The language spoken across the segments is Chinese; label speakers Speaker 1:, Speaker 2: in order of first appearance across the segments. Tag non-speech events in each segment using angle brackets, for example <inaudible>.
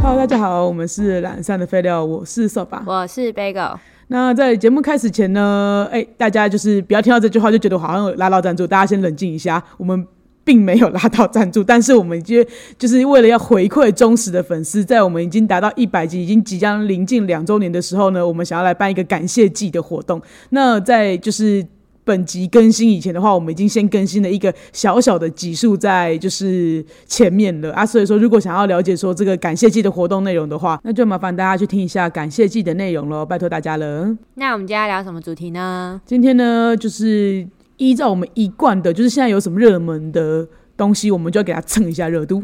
Speaker 1: Hello，大家好，我们是懒散的废料，我是扫把。
Speaker 2: 我是 Bagel，
Speaker 1: 那在节目开始前呢，哎、大家就是不要听到这句话就觉得我好像有拉到赞助，大家先冷静一下，我们。并没有拉到赞助，但是我们就就是为了要回馈忠实的粉丝，在我们已经达到一百集，已经即将临近两周年的时候呢，我们想要来办一个感谢季的活动。那在就是本集更新以前的话，我们已经先更新了一个小小的集数在就是前面了啊，所以说如果想要了解说这个感谢季的活动内容的话，那就麻烦大家去听一下感谢季的内容喽，拜托大家了。
Speaker 2: 那我们今天要聊什么主题呢？
Speaker 1: 今天呢，就是依照我们一贯的，就是现在有什么热门的东西，我们就要给它蹭一下热度。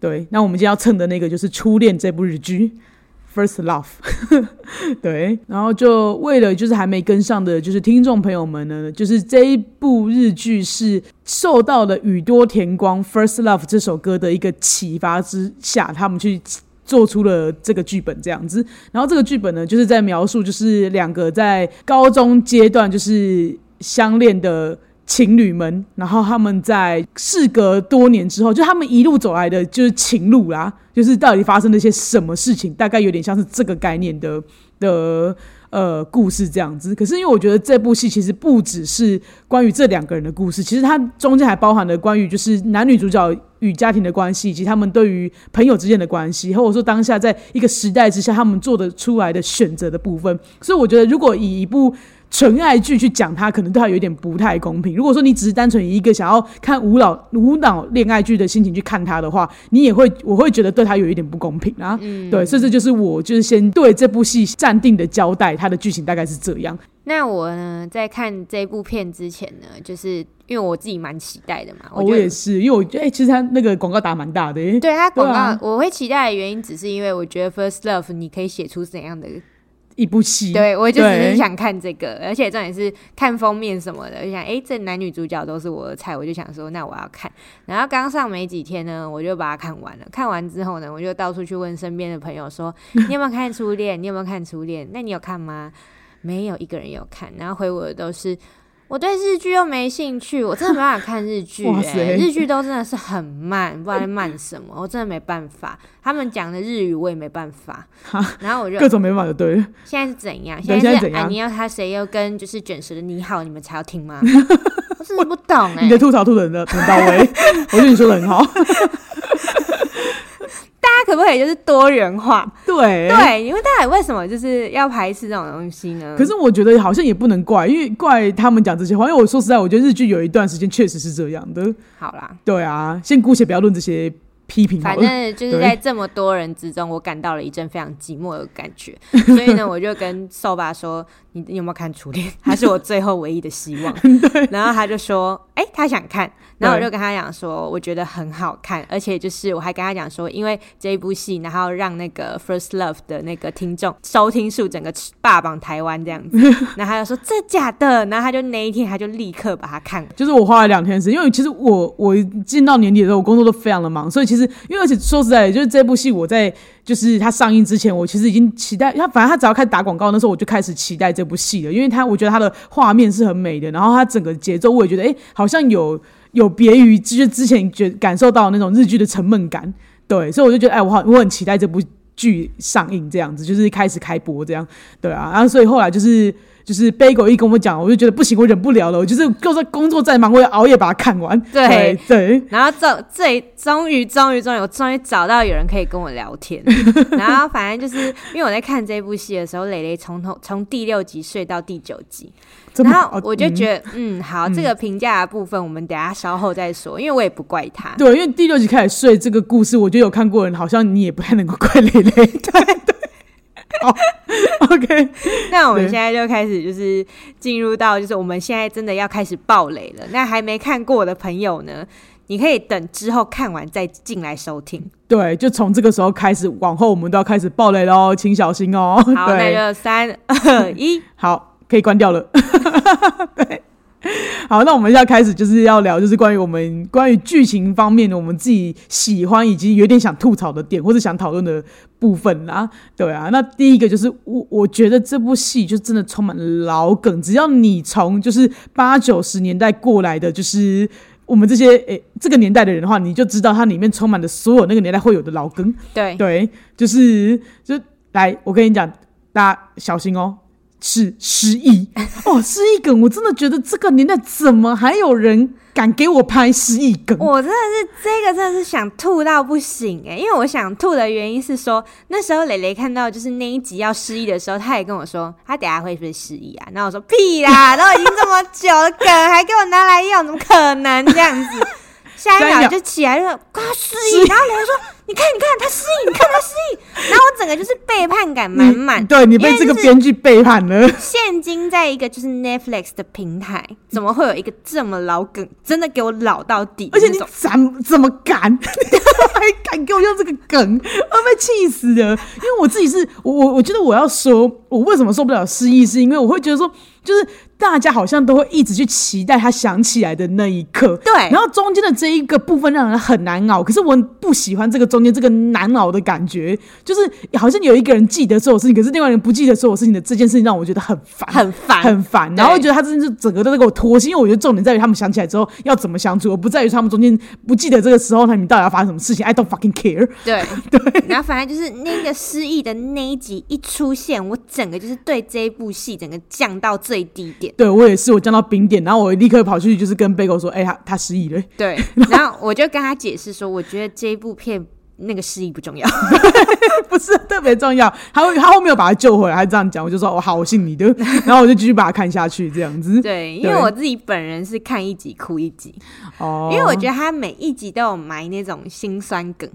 Speaker 1: 对，那我们今天要蹭的那个就是《初恋》这部日剧。First Love，对， <laughs> 然后就为了就是还没跟上的就是听众朋友们呢，就是这一部日剧是受到了宇多田光《First Love》这首歌的一个启发之下，他们去做出了这个剧本这样子。然后这个剧本呢，就是在描述就是两个在高中阶段就是相恋的。情侣们，然后他们在事隔多年之后，就他们一路走来的就是情路啦，就是到底发生了一些什么事情，大概有点像是这个概念的的呃故事这样子。可是因为我觉得这部戏其实不只是关于这两个人的故事，其实它中间还包含了关于就是男女主角与家庭的关系，以及他们对于朋友之间的关系，或者说当下在一个时代之下他们做的出来的选择的部分。所以我觉得，如果以一部纯爱剧去讲它，可能对它有点不太公平。如果说你只是单纯以一个想要看无脑无脑恋爱剧的心情去看它的话，你也会我会觉得对它有一点不公平啊。对，所以这就是我就是先对这部戏暂定的交代，它的剧情大概是这样。
Speaker 2: 那我呢，在看这部片之前呢，就是因为我自己蛮期待的嘛，
Speaker 1: 哦、
Speaker 2: 觉
Speaker 1: 我
Speaker 2: 得
Speaker 1: 也是，因为我觉得哎、其实它那个广告打蛮大的、欸，
Speaker 2: 对它广告、
Speaker 1: 对啊
Speaker 2: 我会期待的原因，只是因为我觉得 First Love 你可以写出怎样的，
Speaker 1: 一部戏。
Speaker 2: 对我就只
Speaker 1: 对
Speaker 2: 是想看这个，而且重点是看封面什么的，我就想哎、诶这男女主角都是我的菜，我就想说那我要看。然后刚上没几天呢，我就把它看完了。看完之后呢，我就到处去问身边的朋
Speaker 1: <laughs>
Speaker 2: 友说，你有没有看初恋？你有没有看初恋？那你有看吗？没有一个人有看，然后回我的都是我对日剧又没兴趣，我真的没办法看日
Speaker 1: <laughs>
Speaker 2: 剧、
Speaker 1: 哇塞
Speaker 2: 欸，日剧都真的是很慢，不知道在慢什么，我真的没办法。他们讲的日语我也没办法，然后我就
Speaker 1: 各种没办法就对了，
Speaker 2: 现在是怎样？
Speaker 1: 对
Speaker 2: 现在
Speaker 1: 现在
Speaker 2: 是
Speaker 1: 怎样
Speaker 2: 啊，你要他谁又跟就是卷舌的你好，你们才要
Speaker 1: <laughs>
Speaker 2: 听吗？我真的不懂哎、
Speaker 1: 你的吐槽吐的很很到
Speaker 2: <laughs>
Speaker 1: 位，我觉得你说的很好。
Speaker 2: 大家可不可以就是多元化？
Speaker 1: 对
Speaker 2: 对，因为大家为什么就是要排斥这种东西呢？
Speaker 1: 可是我觉得好像也不能怪，因为怪他们讲这些话。因为我说实在，我觉得日剧有一段时间确实是这样的。
Speaker 2: 好啦，
Speaker 1: 对啊，先姑且不要论这些批评好
Speaker 2: 反
Speaker 1: 了。
Speaker 2: 正就
Speaker 1: 对
Speaker 2: 是在这么多人之中，我感到了一阵非常寂寞的感觉，所以呢，我就跟瘦爸说：“你你有没有看《初恋》？他是我最后唯一的希
Speaker 1: <laughs>
Speaker 2: 望。” <laughs> 然后他就说：“哎、他想看。”然后我就跟他讲说：“我觉得很好看，而且就是我还跟他讲说，因为这一部戏，然后让那个《First Love》的那个听众收听数整个霸榜台湾这样子。”然后他就说：“这假的？”然后他就那一天他就立刻把它看完。
Speaker 1: 就是我花了两天时间，因为其实我我进到年底的时候，我工作都非常的忙，所以其实因为而且说实在的，就是这部戏我在就是它上映之前，我其实已经期待它，反正它只要开始打广告，那时候我就开始期待这部戏了，因为它我觉得它的画面是很美的，然后它整个节奏我也觉得哎、诶好像有有别于就是之前觉感受到的那种日剧的沉闷感，对，所以我就觉得哎，我好我很期待这部剧上映这样子，就是开始开播这样，对啊，然后所以后来就是。就是 Bagel 一跟我讲，我就觉得不行，我忍不了了。我就是就算工作再忙，我也熬夜把它看完。
Speaker 2: 对
Speaker 1: 对，
Speaker 2: <laughs> 然后这这终于终于终于，我终于找到有人可以跟我聊天。
Speaker 1: <laughs>
Speaker 2: 然后反正就是因为我在看这部戏的时候，蕾蕾从头从第六集睡到第九集，
Speaker 1: 这么
Speaker 2: 然后
Speaker 1: 哦
Speaker 2: 我就觉得嗯好，这个评价的部分我们等一下稍后再说，因为我也不怪他。
Speaker 1: <laughs> 对，因为第六集开始睡这个故事，我觉得有看过的人好像你也不太能够怪蕾蕾。对对，好，OK，
Speaker 2: <laughs> 那我们
Speaker 1: 对
Speaker 2: 现在就开始就是进入到就是我们现在真的要开始爆雷了。那还没看过的朋友呢，你可以等之后看完再进来收听。
Speaker 1: 对，就从这个时候开始，往后我们都要开始爆雷喽，请小心哦。
Speaker 2: 好，那
Speaker 1: 对，
Speaker 2: 就三二一。
Speaker 1: 好，可以关掉了。 <laughs> 对，好，那我们现在开始就是要聊，就是关于我们关于剧情方面的我们自己喜欢以及有点想吐槽的点，或者想讨论的部分啦。对啊，那第一个就是我我觉得这部戏就真的充满老梗，只要你从就是八九十年代过来的，就是。我们这些诶、这个年代的人的话，你就知道它里面充满了所有那个年代会有的老梗。
Speaker 2: 对，
Speaker 1: 对，就是就来，我跟你讲，大家小心哦。是失忆哦，失忆梗，我真的觉得这个年代怎么还有人敢给我拍失忆梗？
Speaker 2: 我真的是这个真的是想吐到不行哎、因为我想吐的原因是说，那时候蕾蕾看到就是那一集要失忆的时候，她也跟我说，她等下会不会失忆啊？然后我说屁啦，都已经这么久了，梗还给我拿来用，怎么可能这样子？下一
Speaker 1: 下一
Speaker 2: 秒
Speaker 1: 秒
Speaker 2: 就起来了，快要失忆，然后蕾蕾说，你看你看他失忆，你看他失忆，然后我整个就是背叛感满满
Speaker 1: 你。对你
Speaker 2: 因
Speaker 1: 被
Speaker 2: 为
Speaker 1: 这个
Speaker 2: 就是
Speaker 1: 编剧背叛了。
Speaker 2: 现今在一个就是 Netflix 的平台，怎么会有一个这么老梗，真的给我老到底的
Speaker 1: 而且
Speaker 2: 那
Speaker 1: 你
Speaker 2: 种？
Speaker 1: 怎怎么敢？ <laughs> 你还敢给我用这个梗？我被气死了！因为我自己是我我我觉得我要说，我为什么受不了失忆，是因为我会觉得说，就是大家好像都会一直去期待他想起来的那一刻，
Speaker 2: 对
Speaker 1: 然后中间的这一个部分让人很难熬，可是我不喜欢这个中间这个难熬的感觉，就是好像有一个人记得所有事情，可是另外一个人不记得所有事情的这件事情让我觉得很烦，
Speaker 2: 很烦，
Speaker 1: 很烦，然后
Speaker 2: 对
Speaker 1: 觉得他真的是整个都在给我拖戏，因为我觉得重点在于他们想起来之后要怎么相处，而不在于他们中间不记得这个时候他们到底要发生什么事情。I don't fucking care。
Speaker 2: <laughs> 对然后反正就是那个失忆的那一集一出现，我整个就是对这一部戏整个降到最低点。
Speaker 1: 对我也是，我降到冰点，然后我立刻跑去就是跟贝狗说：“哎、他他失忆了。 <laughs>
Speaker 2: 对，然后我就跟他解释说，我觉得这一部片那个失忆不重要。”
Speaker 1: 不是特别重要，他会他后面有把他救回来，他这样讲，我就说：“哦，好，我信你的。”然后我就继续把他看下去，这样子。
Speaker 2: 对，因为
Speaker 1: 对
Speaker 2: 我自己本人是看一集哭一集，
Speaker 1: 哦，
Speaker 2: 因为我觉得他每一集都有埋那种心酸梗。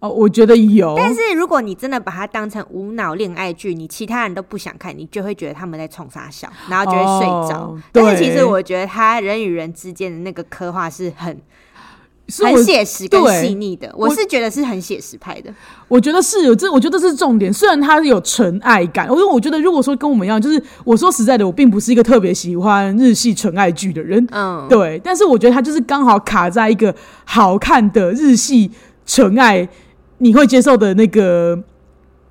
Speaker 1: 哦，我觉得有，
Speaker 2: 但是如果你真的把它当成无脑恋爱剧，你其他人都不想看，你就会觉得他们在冲傻笑，然后就会睡着。
Speaker 1: 哦
Speaker 2: 但是其
Speaker 1: 对
Speaker 2: 实我觉得他人与人之间的那个刻画是很
Speaker 1: 是我
Speaker 2: 很写实跟
Speaker 1: 对
Speaker 2: 细腻的，我
Speaker 1: 我
Speaker 2: 是觉得是很写实派的。
Speaker 1: 我觉得是有这，我觉得这是重点。虽然它有纯爱感，因为我觉得如果说跟我们一样，就是我说实在的，我并不是一个特别喜欢日系纯爱剧的人，
Speaker 2: 嗯，
Speaker 1: 对。但是我觉得它就是刚好卡在一个好看的日系纯爱你会接受的那个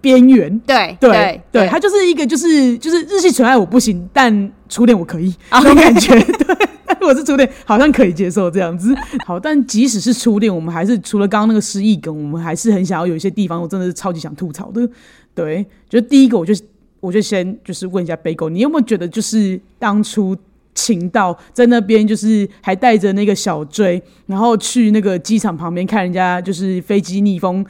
Speaker 1: 边缘。
Speaker 2: 对
Speaker 1: 对
Speaker 2: 对
Speaker 1: 对，它就是一个就是就是日系纯爱我不行，但初恋我可
Speaker 2: <laughs>
Speaker 1: 以那种感觉。对， <laughs> 我是初恋，好像可以接受这样子。好，但即使是初恋，我们还是除了刚刚那个失忆梗，我们还是很想要有一些地方，我真的是超级想吐槽的。对，就第一个，我就我就先就是问一下贝狗，你有没有觉得就是当初？情到在那边，就是还带着那个小追，然后去那个机场旁边看人家就是飞机逆风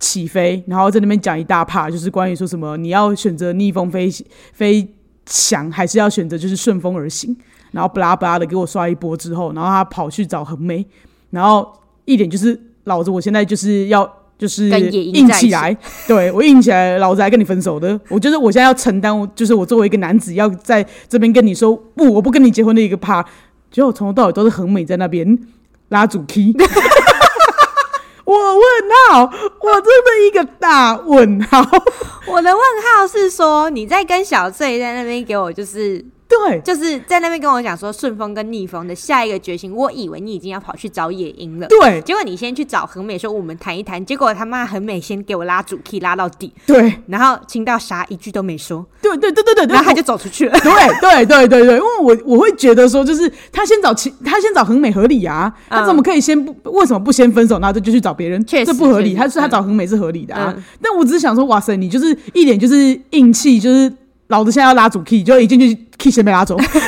Speaker 1: 起飞，然后在那边讲一大趴，就是关于说什么你要选择逆风飞飞翔，还是要选择就是顺风而行，然后不拉不拉的给我刷一波之后，然后他跑去找恒妹，然后一脸就是老子我现在就是要就是
Speaker 2: 跟野樱
Speaker 1: 硬
Speaker 2: 在一
Speaker 1: 起
Speaker 2: 起
Speaker 1: 来，对我硬起来，老子还跟你分手的，我就是我现在要承担，我就是我作为一个男子要在这边跟你说不，我不跟你结婚的一个趴，结果从头到尾都是恒美在那边拉主
Speaker 2: <laughs>
Speaker 1: key。我问号，我真的一个大问号。
Speaker 2: 我的问号是说你在跟小醉在那边给我就是
Speaker 1: 对，
Speaker 2: 就是在那边跟我讲说顺风跟逆风的下一个决心，我以为你已经要跑去找野樱了。
Speaker 1: 对，
Speaker 2: 结果你先去找恒美说我们谈一谈，结果他妈恒美先给我拉主 key 拉到底，
Speaker 1: 对，
Speaker 2: 然后清到啥一句都没说，
Speaker 1: 对，对，对，对，对，
Speaker 2: 然后他就走出去了。
Speaker 1: 对对对对对，因为我我会觉得说，就是他先找其他先找恒美合理啊，他怎么可以先不为什么不先分手，然后就去找别人？
Speaker 2: 嗯确实
Speaker 1: 这不合理。
Speaker 2: 确实
Speaker 1: 他是他找恒美是合理的啊，
Speaker 2: 嗯
Speaker 1: 但我只是想说，哇塞，你就是一脸就是硬气，就是老子现在要拉主 key，就一进去 key 先被拉走。 <laughs> 我真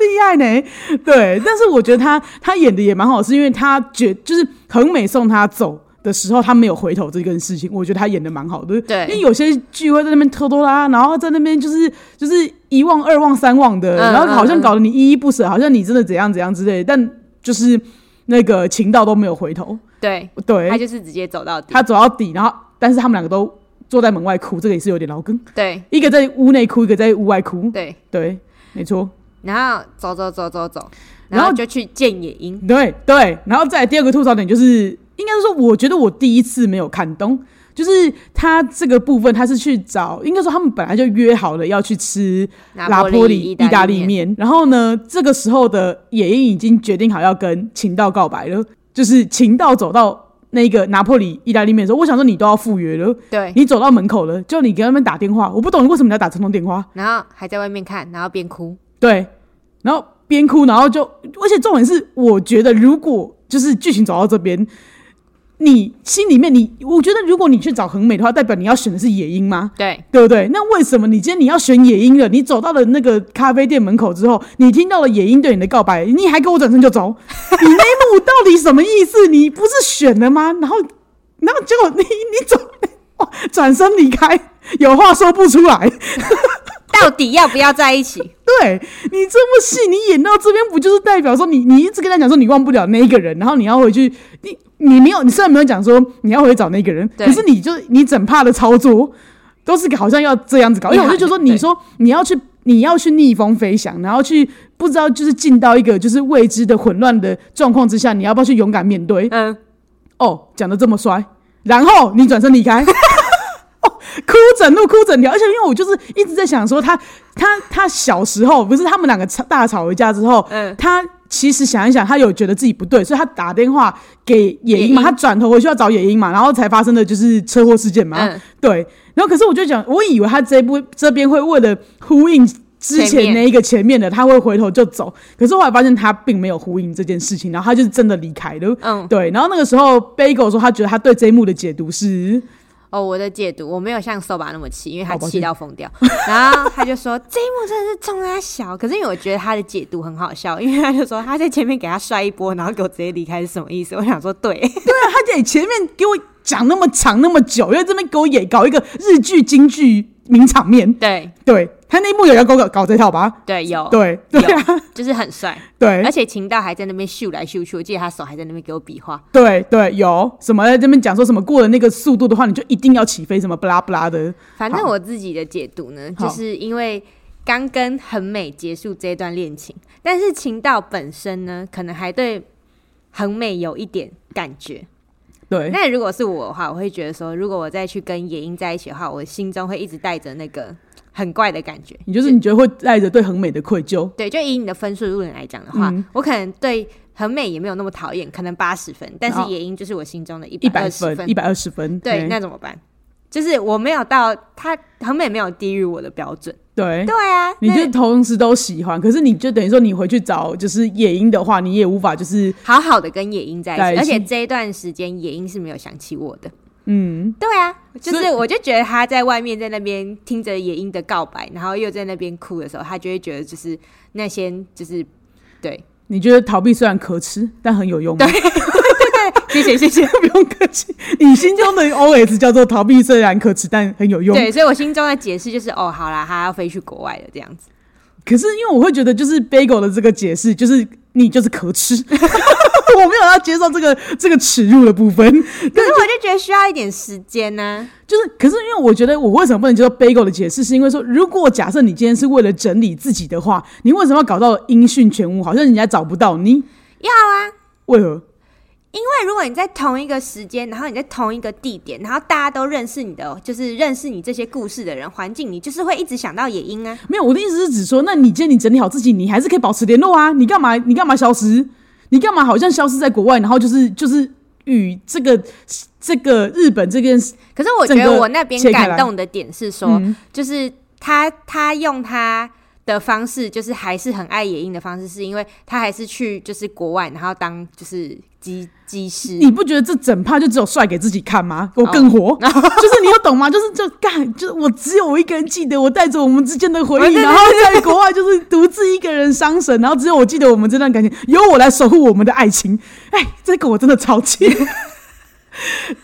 Speaker 1: 厉害呢，对，但是我觉得他他演的也蛮好，是因为他觉就是恒美送他走的时候，他没有回头这件事情，我觉得他演的蛮好的。
Speaker 2: 对
Speaker 1: 因为有些剧会在那边拖拖拉拉，然后在那边就是就是一望二望三望的，
Speaker 2: 嗯
Speaker 1: 然后好像
Speaker 2: 嗯嗯
Speaker 1: 搞得你依依不舍，好像你真的怎样怎样之类的，但就是那个情道都没有回头，
Speaker 2: 对，
Speaker 1: 对
Speaker 2: 他就是直接走到底。
Speaker 1: 他走到底，然后但是他们两个都坐在门外哭，这个也是有点老梗，
Speaker 2: 对
Speaker 1: 一个在屋内哭，一个在屋外哭，
Speaker 2: 对，
Speaker 1: 对，没错，
Speaker 2: 然后走走走走走，
Speaker 1: 然后
Speaker 2: 然后就去见野樱。
Speaker 1: 对对，然后再来第二个吐槽点就是，应该是说，我觉得我第一次没有看懂，就是他这个部分他是去找，应该说他们本来就约好了要去吃拉波里
Speaker 2: 里
Speaker 1: 意大利
Speaker 2: 利，
Speaker 1: 面。然后呢，这个时候的野樱已经决定好要跟秦道告白了，就是秦道走到那个拿破里意大利面的时候，我想说你都要赴约了，
Speaker 2: 对，
Speaker 1: 你走到门口了，就你给他们打电话，我不懂你为什么你要打这通电话，
Speaker 2: 然后还在外面看，然后边哭。
Speaker 1: 对，然后边哭，然后就，而且重点是，我觉得如果就是剧情走到这边，你心里面你，我觉得如果你去找恒美的话，代表你要选的是野樱吗？
Speaker 2: 对，
Speaker 1: 对不对？那为什么你今天你要选野樱了？你走到了那个咖啡店门口之后，你听到了野樱对你的告白，你还给我转身就走，你那一幕到底什么意思？你不是选了吗？然后，然后结果你你走， <laughs> 哇，转身离开，有话说不出来。
Speaker 2: 到底要不要在一起？ <laughs>
Speaker 1: 对你这部戏，你演到这边，不就是代表说你你一直跟他讲说你忘不了那一个人，然后你要回去，你你没有，你虽然没有讲说你要回去找那个人，
Speaker 2: 对
Speaker 1: 可是你就你整怕的操作都是好像要这样子搞，因为我就觉得说
Speaker 2: 对
Speaker 1: 你说你要去你要去逆风飞翔，然后去不知道就是进到一个就是未知的混乱的状况之下，你要不要去勇敢面对？
Speaker 2: 嗯，
Speaker 1: 哦，讲的这么帅，然后你转身离
Speaker 2: <laughs>
Speaker 1: 开，哦，哭整路哭整条，而且因为我就是一直在想说他他他小时候不是他们两个吵大吵一架之后，
Speaker 2: 嗯
Speaker 1: 他其实想一想，他有觉得自己不对，所以他打电话给野
Speaker 2: 野
Speaker 1: 樱嘛，
Speaker 2: 樱
Speaker 1: 他转头回去要找野樱嘛，然后才发生的就是车祸事件嘛，
Speaker 2: 嗯
Speaker 1: 对，然后可是我就讲，我以为他这部这边会为了呼应之
Speaker 2: 前
Speaker 1: 前
Speaker 2: 面
Speaker 1: 那一个前面的，他会回头就走，可是后来发现他并没有呼应这件事情，然后他就是真的离开了。
Speaker 2: 嗯
Speaker 1: 对，然后那个时候 Bagel 说他觉得他对这一幕的解读是，
Speaker 2: 哦，我的解读我没有像瘦吧那么气，因为他
Speaker 1: 哦抱歉
Speaker 2: 气到疯掉。然后他就说这一幕真的是冲他小，可是因为我觉得他的解读很好笑，因为他就说他在前面给他摔一波，然后给我直接离开是什么意思？我想说对，
Speaker 1: 对啊，他在前面给我讲那么长那么久，因为这边给我演搞一个日剧京剧名场面，
Speaker 2: 对
Speaker 1: 对他那一幕也要给我搞搞这套吧？
Speaker 2: 对有，
Speaker 1: 对哎对
Speaker 2: 有哎
Speaker 1: 啊，
Speaker 2: 就是
Speaker 1: <laughs>
Speaker 2: 很帅，而
Speaker 1: 对
Speaker 2: 且秦道还在那边秀来秀去，我记得他手还在那边给我比划。
Speaker 1: 对对，有什么在这边讲说什么过了那个速度的话，你就一定要起飞，什么不拉不拉的，
Speaker 2: 反正
Speaker 1: 好
Speaker 2: 我自己的解读呢，
Speaker 1: 好
Speaker 2: 就是因为刚跟恒美结束这段恋情，但是秦道本身呢，可能还对恒美有一点感觉。
Speaker 1: 对
Speaker 2: 那如果是我的话，我会觉得说，如果我再去跟野樱在一起的话，我心中会一直带着那个很怪的感觉。
Speaker 1: 你就是你觉得会带着对恒美的愧疚，
Speaker 2: 对，就以你的分数论来讲的话，
Speaker 1: 嗯
Speaker 2: 我可能对恒美也没有那么讨厌，可能八十分，但是
Speaker 1: 好
Speaker 2: 野樱就是我心中的一
Speaker 1: 哦一
Speaker 2: 百
Speaker 1: 百
Speaker 2: 二十
Speaker 1: 分一百二十分，
Speaker 2: 对，
Speaker 1: 嘿
Speaker 2: 那怎么办？就是我没有到他恒美没有低于我的标准。
Speaker 1: 对。
Speaker 2: 对啊，
Speaker 1: 哎你
Speaker 2: 那
Speaker 1: 就同时都喜欢，可是你就等于说你回去找就是野樱的话，你也无法就是
Speaker 2: 好好的跟野樱在
Speaker 1: 在
Speaker 2: 一
Speaker 1: 一
Speaker 2: 起，
Speaker 1: 起
Speaker 2: 而且这一段时间野樱是没有想起我的。
Speaker 1: 嗯，
Speaker 2: 对啊，就
Speaker 1: 所
Speaker 2: 是
Speaker 1: 以
Speaker 2: 我就觉得他在外面在那边听着野樱的告白，然后又在那边哭的时候，他就会觉得就是那些就是对
Speaker 1: 你觉得逃避虽然可耻，但很有用吗？
Speaker 2: 谢谢谢谢。
Speaker 1: 不用客 <laughs> 气，你心中的 OS 叫做逃避虽然可耻，但很有用。
Speaker 2: 对，所以我心中的解释就是，哦，好啦，他要飞去国外了，这样子。
Speaker 1: 可是因为我会觉得，就是 Bagel 的这个解释，就是你就是可耻， <laughs> 我没有要接受这个这个耻辱的部分。
Speaker 2: 可是我就觉得需要一点时间啊呢、
Speaker 1: 就是，可是因为我觉得我为什么不能接受 Bagel 的解释，是因为说，如果假设你今天是为了整理自己的话，你为什么要搞到音讯全无，好像人家找不到你？
Speaker 2: 要啊，
Speaker 1: 为何？
Speaker 2: 因为如果你在同一个时间，然后你在同一个地点，然后大家都认识你的，就是认识你这些故事的人、环境，你就是会一直想到野樱啊。
Speaker 1: 没有，我的意思是指说，那你今天你整理好自己，你还是可以保持联络啊。你干嘛？你干嘛消失？你干嘛好像消失在国外，然后就是就是与这个这个日本这件事，
Speaker 2: 可是我觉得
Speaker 1: 整个
Speaker 2: 我那边
Speaker 1: 切开
Speaker 2: 感
Speaker 1: 来嗯
Speaker 2: 动的点是说，就是他他用他的方式，就是还是很爱野樱的方式，是因为他还是去就是国外，然后当就是机机师。
Speaker 1: 你不觉得这整趴就只有帅给自己看吗？我更火，<laughs>
Speaker 2: 哦 <laughs>
Speaker 1: 就是你有懂吗？就是就干，就是我只有我一个人记得我带着我们之间的回
Speaker 2: 哦对
Speaker 1: 忆，
Speaker 2: 对
Speaker 1: 然后在国外就是独自一个人伤神，然后只有我记得我们这段感情，由我来守护我们的爱情。哎，这个我真的超
Speaker 2: <laughs>
Speaker 1: 气。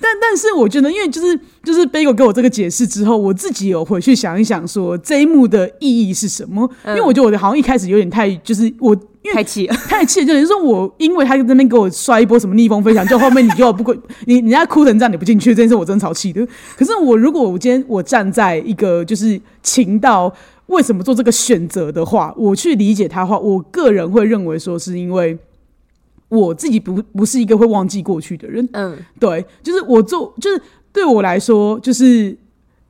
Speaker 1: 但但是我觉得，因为就是就是 Bagel 给我这个解释之后，我自己有回去想一想，说这一幕的意义是什么？
Speaker 2: 嗯
Speaker 1: 因为我觉得我的好像一开始有点太就是我
Speaker 2: 太气了，
Speaker 1: 太气了，就等于说我因为他在那边给我摔一波什么逆风飞翔，就后面你就不过 <laughs> 你人家哭成这样你不进去，这件事我真的超气的。可是我如果我今天我站在一个就是情到为什么做这个选择的话，我去理解他的话，我个人会认为说是因为。我自己不不是一个会忘记过去的人，
Speaker 2: 嗯，
Speaker 1: 对，就是我做，就是对我来说，就是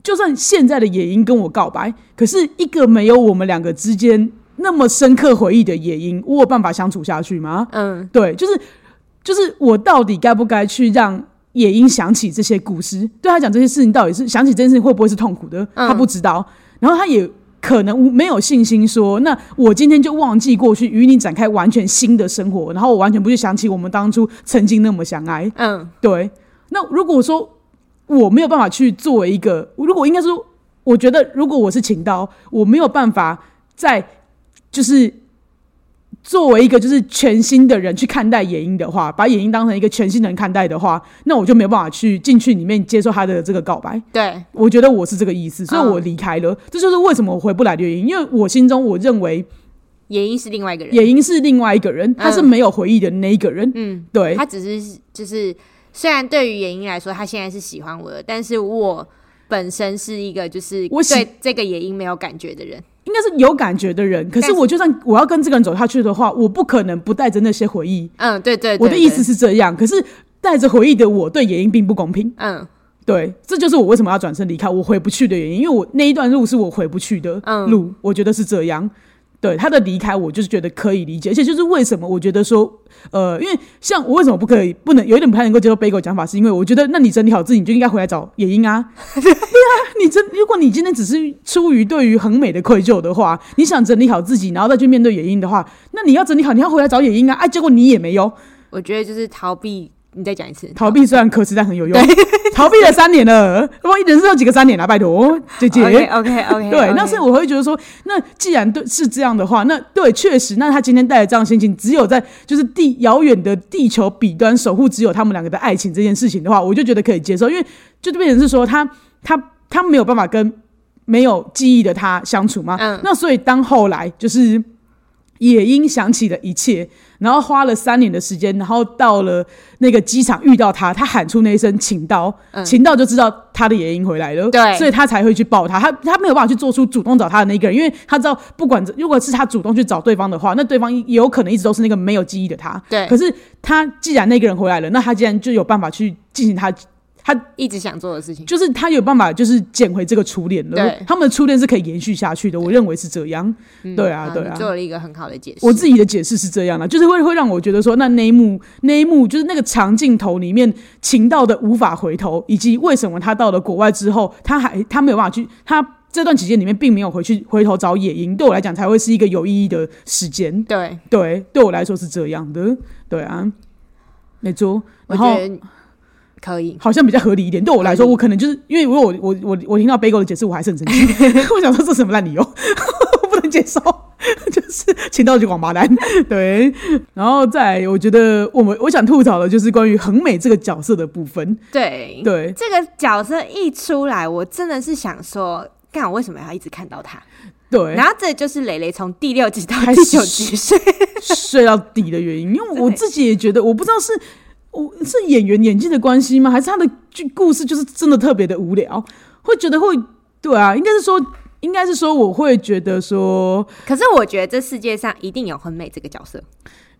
Speaker 1: 就算现在的野樱跟我告白，可是一个没有我们两个之间那么深刻回忆的野樱，我有办法相处下去吗？
Speaker 2: 嗯，
Speaker 1: 对，就是就是我到底该不该去让野樱想起这些故事？对他讲这些事情，到底是想起这件事情会不会是痛苦的？他不知道，然后他也可能无没有信心说，那我今天就忘记过去，与你展开完全新的生活，然后我完全不去想起我们当初曾经那么相爱。
Speaker 2: 嗯，
Speaker 1: 对，那如果说我没有办法去作为一个，如果应该说，我觉得如果我是情刀，我没有办法在就是作为一个就是全新的人去看待野樱的话，把野樱当成一个全新人看待的话，那我就没有办法去进去里面接受他的这个告白。
Speaker 2: 对，
Speaker 1: 我觉得我是这个意思，所以
Speaker 2: 嗯
Speaker 1: 我离开了。这就是为什么我回不来的原因，因为我心中我认为
Speaker 2: 嗯野樱是另外一个人，
Speaker 1: 野樱是另外一个人，他是没有回忆的那一个人。
Speaker 2: 嗯，
Speaker 1: 对，
Speaker 2: 他只是就是，虽然对于野樱来说，他现在是喜欢我的，但是我本身是一个就是
Speaker 1: 我喜
Speaker 2: 对这个野樱没有感觉的人。
Speaker 1: 应该是有感觉的人。可
Speaker 2: 但
Speaker 1: 是
Speaker 2: 是
Speaker 1: 我就算我要跟这个人走下去的话，我不可能不带着那些回忆。
Speaker 2: 嗯，对对对
Speaker 1: 我的意思，是这样，可是带着回忆的我对野樱并不公平。
Speaker 2: 对嗯
Speaker 1: 对，这就是我为什么要转身离开，我回不去的原因，因为我那一段路是我回不去的
Speaker 2: 嗯
Speaker 1: 路，我觉得是这样。对他的离开，我就是觉得可以理解，而且就是为什么我觉得说，呃，因为像我为什么不可以，不能有一点不太能够接受 b a g 讲法，是因为我觉得，那你整理好自己，你就应该回来找野樱啊。对啊，你真如果你今天只是出于对于恒美的愧疚的话，你想整理好自己，然后再去面对野樱的话，那你要整理好，你要回来找野樱啊。哎、结果你也没有，
Speaker 2: 我觉得就是逃避。你再讲一次，
Speaker 1: 逃避虽然可耻，但很有用。逃避了三年了，我人生有几个三年啦、拜托，姐姐。
Speaker 2: OK
Speaker 1: <laughs>
Speaker 2: OK OK，
Speaker 1: 对，那所以我会觉得说，那既然对是这样的话，那对，确实，那他今天带着这样的心情，只有在就是地遥远的地球彼端守护只有他们两个的爱情这件事情的话，我就觉得可以接受，因为就变成是说他他他没有办法跟没有记忆的他相处嘛。
Speaker 2: 嗯
Speaker 1: 那所以当后来就是野樱想起了一切，然后花了三年的时间，然后到了那个机场遇到他，他喊出那一声“请到”，
Speaker 2: 嗯
Speaker 1: 秦道就知道他的野樱回来了，
Speaker 2: 对
Speaker 1: 所以他才会去抱他。他他没有办法去做出主动找他的那个人，因为他知道，不管如果是他主动去找对方的话，那对方也有可能一直都是那个没有记忆的他。
Speaker 2: 对
Speaker 1: 可是他既然那个人回来了，那他既然就有办法去进行他，
Speaker 2: 一直想做的事情，
Speaker 1: 就是他有办法就是捡回这个初恋了
Speaker 2: 对。
Speaker 1: 他们的初恋是可以延续下去的，我认为是这样。
Speaker 2: 嗯
Speaker 1: 对啊
Speaker 2: 好
Speaker 1: 对
Speaker 2: 你
Speaker 1: 啊
Speaker 2: 做了一个很好的解释。
Speaker 1: 我自己的解释是这样的，就是会会让我觉得说，那那一幕那一幕就是那个长镜头里面情到的无法回头，以及为什么他到了国外之后，他还他没有办法去他。这段期间里面并没有回去回头找野樱，对我来讲才会是一个有意义的时间。
Speaker 2: 对，
Speaker 1: 对，对我来说是这样的。对啊，没错。
Speaker 2: 我
Speaker 1: 然
Speaker 2: 觉
Speaker 1: 后
Speaker 2: 得可以。
Speaker 1: 好像比较合理一点。对我来说，
Speaker 2: 合理
Speaker 1: 我可能就是因为如果我我我我听到 Bagel 的解释，我还是很生气。我想说这什么烂理由， <laughs> 我不能接受， <laughs> 就是请到就王八蛋。 <laughs> 对，然后再来我觉得我们我想吐槽的就是关于恒美这个角色的部分。
Speaker 2: 对，
Speaker 1: 对
Speaker 2: 这个角色一出来，我真的是想说，干，我为什么要一直看到他？ <laughs>
Speaker 1: 对，
Speaker 2: 然后这就是蕾蕾从第六集到
Speaker 1: 开
Speaker 2: 第
Speaker 1: 始
Speaker 2: 九集睡
Speaker 1: 睡到底的原因，因为我
Speaker 2: 对
Speaker 1: 自己也觉得，我不知道是。我是演员演技的关系吗？还是他的剧故事就是真的特别的无聊？会觉得会对啊，应该是说，应该是说，我会觉得说，
Speaker 2: <laughs> 可是我觉得这世界上一定有很美这个角色，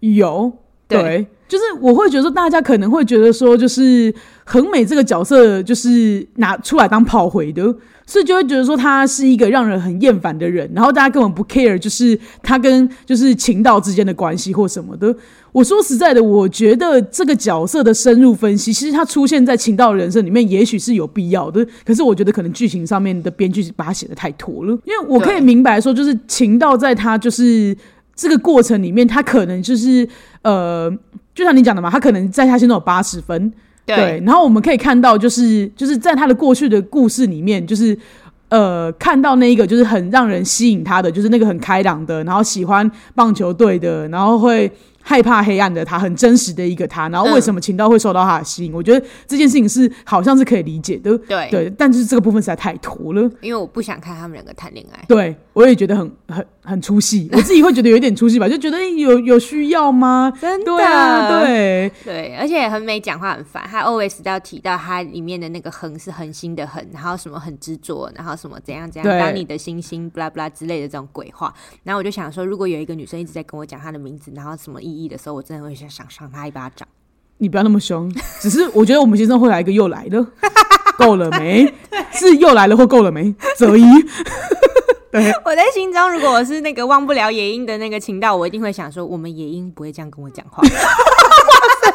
Speaker 1: 有，
Speaker 2: 对
Speaker 1: 对，就是我会觉得说，大家可能会觉得说，就是恒美这个角色就是拿出来当炮灰的，所以就会觉得说他是一个让人很厌烦的人，然后大家根本不 care，就是他跟就是情道之间的关系或什么的。我说实在的，我觉得这个角色的深入分析，其实他出现在情道的人生里面，也许是有必要的。可是我觉得可能剧情上面的编剧把它写的太拖了，因为我可以
Speaker 2: 对
Speaker 1: 明白说，就是情道在他就是这个过程里面，他可能就是呃，就像你讲的嘛，他可能在他心中有八十分，然后我们可以看到，就是就是在他的过去的故事里面，就是呃，看到那一个就是很让人吸引他的，就是那个很开朗的，然后喜欢棒球队的，然后会害怕黑暗的他，很真实的一个他。然后为什么情道会受到他的吸引？我觉得这件事情是好像是可以理解的，
Speaker 2: 对
Speaker 1: 对，但是这个部分实在太土了。
Speaker 2: 因为我不想看他们两个谈恋爱。
Speaker 1: 对，我也觉得很很很出戏，我自己会觉得有点出戏吧，就觉得诶有有需要吗？
Speaker 2: 真的，
Speaker 1: 对啊，对，
Speaker 2: 对，而且很美讲话很烦，他 always 都要提到他里面的那个恒是恒心的恒，然后什么很执着，然后什么怎样怎样，
Speaker 1: 对
Speaker 2: 当你的星星，blah blah 之类的这种鬼话。然后我就想说，如果有一个女生一直在跟我讲她的名字，然后什么意义的时候，我真的会想想赏她一巴掌。 <laughs>
Speaker 1: 你不要那么凶， <laughs> 只是我觉得我们先生会来一个又来了， <laughs> 够了没？
Speaker 2: <laughs>
Speaker 1: 是又来了或够了没？择一，
Speaker 2: 我在心中，如果我是那个忘不了野樱的那个情道，我一定会想说，我们野樱不会这样跟我讲话。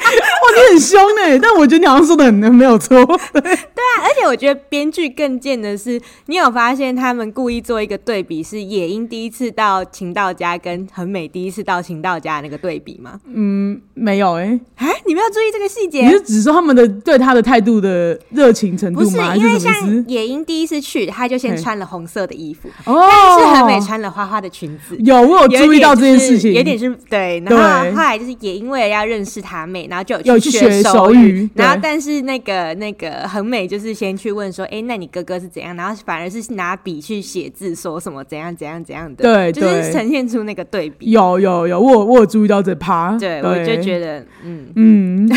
Speaker 1: 哇，你很凶凶呢、但我觉得你好像说的很没有错。
Speaker 2: <laughs> 而且我觉得编剧更贱的是，你有发现他们故意做一个对比，是野樱第一次到秦道家跟很美第一次到秦道家的那个对比吗？
Speaker 1: 没有哎、
Speaker 2: 哎，你们要注意这个细
Speaker 1: 你
Speaker 2: 节。
Speaker 1: 是只说他们的对他的态度的热情程
Speaker 2: 不
Speaker 1: 度
Speaker 2: 是
Speaker 1: 吗？还
Speaker 2: 因为
Speaker 1: 是什么意
Speaker 2: 像
Speaker 1: 思？
Speaker 2: 野樱第一次去，她就先
Speaker 1: 嘿
Speaker 2: 穿了红色的衣服，
Speaker 1: 哦，
Speaker 2: 是很美穿了花花的裙子。
Speaker 1: 有，我有
Speaker 2: 有
Speaker 1: 注意
Speaker 2: 点
Speaker 1: 到
Speaker 2: 就
Speaker 1: 这件
Speaker 2: 是
Speaker 1: 事情，
Speaker 2: 有点是对，然后
Speaker 1: 对
Speaker 2: 后来就是也因为要认识她妹，然后就
Speaker 1: 有去
Speaker 2: 去
Speaker 1: 学手
Speaker 2: 手
Speaker 1: 语
Speaker 2: 然后
Speaker 1: 对
Speaker 2: 但是那个那个很美就是先去问说，哎，那你哥哥是怎样？然后反而是拿笔去写字，说什么怎样怎样怎样的，
Speaker 1: 对
Speaker 2: 就是
Speaker 1: 对
Speaker 2: 呈现出那个对比。
Speaker 1: 有有有，我有我有注意到这趴，
Speaker 2: 对，我就觉
Speaker 1: 得，
Speaker 2: 得嗯，
Speaker 1: 嗯，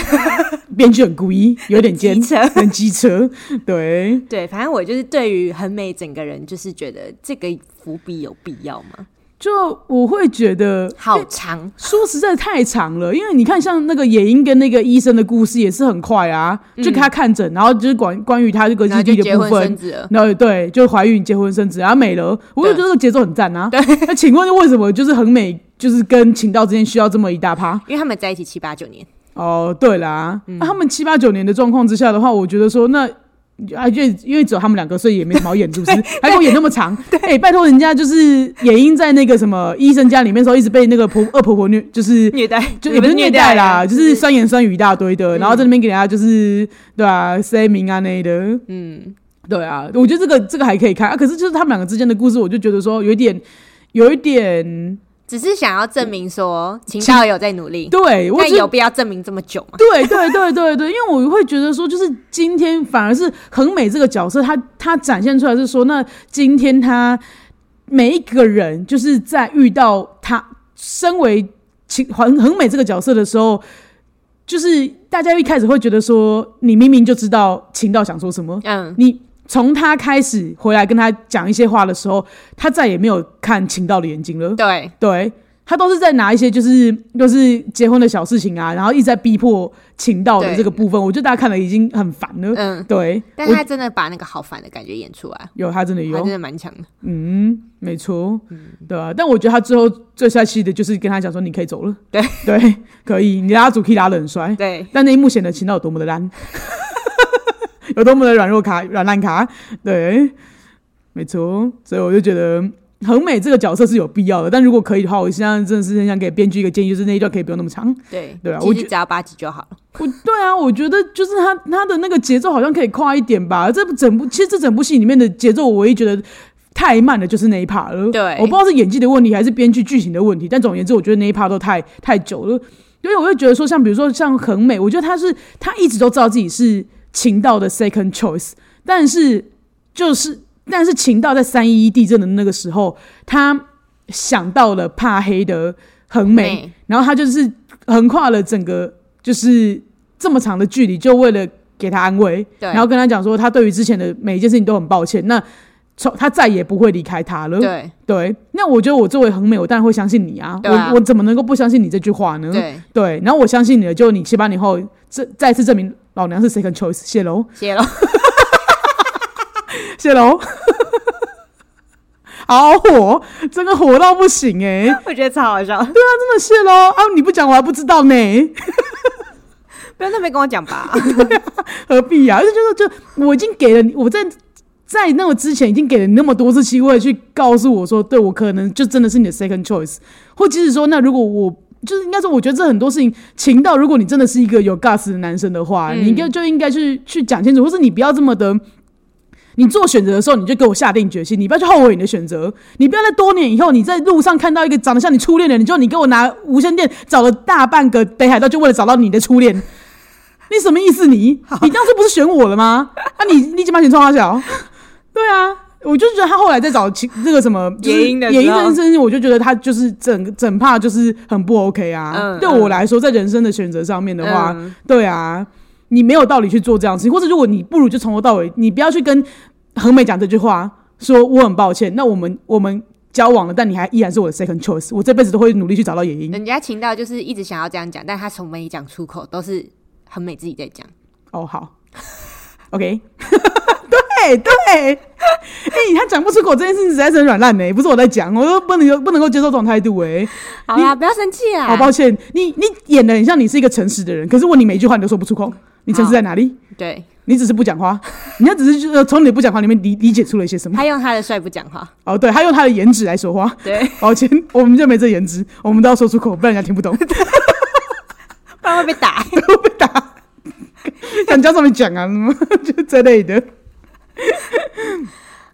Speaker 1: 编剧很故意，有点
Speaker 2: <laughs> 机
Speaker 1: 尖，
Speaker 2: 车。
Speaker 1: 很机车，对，
Speaker 2: 对，反正我就是对于很美整个人，就是觉得这个伏笔有必要吗？
Speaker 1: 就我会觉得
Speaker 2: 好长，
Speaker 1: 说实在太长了，因为你看，像那个野樱跟那个医生的故事也是很快啊，就他看诊，然后就是关关于他这个
Speaker 2: 嗯然后
Speaker 1: 日
Speaker 2: 就
Speaker 1: 历的
Speaker 2: 结
Speaker 1: 部
Speaker 2: 婚生
Speaker 1: 分，
Speaker 2: 子了。
Speaker 1: 然后对，就怀孕、结婚、生子，然后没了，我就觉得这个节奏很赞啊。
Speaker 2: 对，
Speaker 1: 那请问为什么就是很美，就是跟情道之间需要这么一大趴？
Speaker 2: 因为他们在一起七八九年，
Speaker 1: 哦，对啦，
Speaker 2: 嗯
Speaker 1: 那、他们七八九年的状况之下的话，我觉得说那。啊，因为因为只有他们两个，所以也没什么好演，是不是？
Speaker 2: <laughs>
Speaker 1: 还给我演那么长？哎、拜托人家就是也因在那个什么医生家里面的时候，一直被那个婆二婆婆 <laughs> 虐，就是
Speaker 2: 虐待
Speaker 1: 就也不是虐待啦，
Speaker 2: 啊
Speaker 1: 就是嗯酸言酸语一大堆的，然后在那边给人家就是对啊，say 名啊那一的，
Speaker 2: 嗯，
Speaker 1: 对啊，我觉得这个这个还可以看啊。可是就是他们两个之间的故事，我就觉得说有一点有一点，
Speaker 2: 只是想要证明说秦道有在努力，
Speaker 1: 对我
Speaker 2: 但
Speaker 1: 只
Speaker 2: 有必要证明这么久吗？
Speaker 1: 对对对对对，因为我会觉得说，就是今天反而是恒美这个角色，她她展现出来是说，那今天她每一个人就是在遇到她身为秦恒恒美这个角色的时候，就是大家一开始会觉得说，你明明就知道秦道想说什么，
Speaker 2: 嗯，
Speaker 1: 你。从他开始回来跟他讲一些话的时候，他再也没有看秦道的眼睛了。
Speaker 2: 对，
Speaker 1: 对他都是在拿一些就是就是结婚的小事情啊，然后一直在逼迫情道的
Speaker 2: 对
Speaker 1: 这个部分，我觉得大家看了已经很烦了。
Speaker 2: 嗯，
Speaker 1: 对，
Speaker 2: 但
Speaker 1: 我哎
Speaker 2: 他真的把那个好烦的感觉演出来，
Speaker 1: 有他真的
Speaker 2: 他
Speaker 1: 有，
Speaker 2: 真的蛮强
Speaker 1: <laughs>
Speaker 2: 的。
Speaker 1: 嗯，没错，对啊。但我觉得他最后最帅气的就是跟他讲说你可以走了，
Speaker 2: 对
Speaker 1: 对， <laughs> 可以，你拉主 key 拉的很帅，
Speaker 2: 对，
Speaker 1: 但那一幕显得情道有多么的烂， <laughs> 有多么的软弱卡软烂卡，对，没错，所以我就觉得恒美这个角色是有必要的，但如果可以的话，我现在真的是很想给编剧一个建议，就是那一段可以不用那么长。
Speaker 2: 对，
Speaker 1: 对啊我
Speaker 2: 其
Speaker 1: 觉
Speaker 2: 实只要八集就好了。
Speaker 1: 我对啊，我觉得就是他他的那个节奏好像可以快一点吧。这部整部其实这整部戏里面的节奏，我唯一觉得太慢的就是那一 part 了。
Speaker 2: 对
Speaker 1: 我不知道是演技的问题还是编剧剧情的问题，但总而言之，我觉得那一 part 都太太久了。因为我会觉得说，像比如说像恒美，我觉得她是她一直都知道自己是秦道的 second choice，但是就是但是秦道在三一一地震的那个时候，她想到了怕黑的恒美，
Speaker 2: 美
Speaker 1: 然后他就是横跨了整个就是这么长的距离，就为了给他安慰，
Speaker 2: 对
Speaker 1: 然后跟他讲说他对于之前的每一件事情都很抱歉，那从他再也不会离开他了。
Speaker 2: 对
Speaker 1: 对那我觉得我作为恒美，我当然会相信你啊，
Speaker 2: 对啊
Speaker 1: 我我怎么能够不相信你这句话呢？
Speaker 2: 对，
Speaker 1: 对然后我相信你了，就你七八年后这再次证明老娘是 second choice，谢喽。 <laughs>
Speaker 2: 谢了。
Speaker 1: 谢喽。 <laughs> 好火，真的火到不行哎、
Speaker 2: 我觉得超好笑，
Speaker 1: <laughs> 真的谢喽啊！你不讲我还不知道呢。
Speaker 2: 不要那边跟我讲吧。
Speaker 1: 何必呀、啊？就觉得就我已经给了你，我在在那个之前已经给了你那么多次机会去告诉我说，对我可能就真的是你的 second choice，或即使说，那如果我就是应该说，我觉得这很多事情，情到如果你真的是一个有 guts 的男生的话，
Speaker 2: 嗯
Speaker 1: 你应该就应该去去讲清楚，或是你不要这么的。你做选择的时候，你就给我下定决心，你不要去后悔你的选择，你不要在多年以后，你在路上看到一个长得像你初恋的人，你就你给我拿无线电找了大半个北海道，就为了找到你的初
Speaker 2: <laughs>
Speaker 1: 恋，你什么意思你？你当初不是选我了吗？啊你，你鸡巴选冲他小？对啊，我就觉得他后来在找其这个什
Speaker 2: <laughs>
Speaker 1: 么就是
Speaker 2: 野樱的时候
Speaker 1: 野樱这件事情，我就觉得他就是整整怕就是很不 OK 啊。
Speaker 2: 嗯
Speaker 1: 对我来说，在人生的选择上面的话，
Speaker 2: 嗯
Speaker 1: 对啊，你没有道理去做这样的事情，或者如果你不如就从头到尾，你不要去跟恒美讲这句话，说我很抱歉，那我们我们交往了，但你还依然是我的 second choice，我这辈子都会努力去找到野樱。
Speaker 2: 人家秦道就是一直想要这样讲，但他从没讲出口，都是
Speaker 1: <laughs>
Speaker 2: 很美自己在讲。
Speaker 1: 哦，好 <laughs> ，OK，对对， <laughs> 哎、他讲不出口这件事情实在是很软烂呢，不是我在讲，我都不能不能够接受这种态度哎、
Speaker 2: <laughs> 嗯好啦，不要生气啦。
Speaker 1: 好抱歉，你你演的很像你是一个诚实的人，可是问你每一句话你都说不出口，你诚实在哪里？
Speaker 2: 对，
Speaker 1: 你只是不讲话，人家只是呃从你的不讲话里面理理解出了一些什么。
Speaker 2: 他用他的帅不讲话。
Speaker 1: 哦，对，他用他的颜值来说话，
Speaker 2: <laughs> 对， <laughs>
Speaker 1: 抱歉，我们就没这颜值，我们都要说出口，不然人家听不懂，
Speaker 2: 不然会被打。 <laughs>
Speaker 1: 都被打。想教上面讲啊，什么就这类的。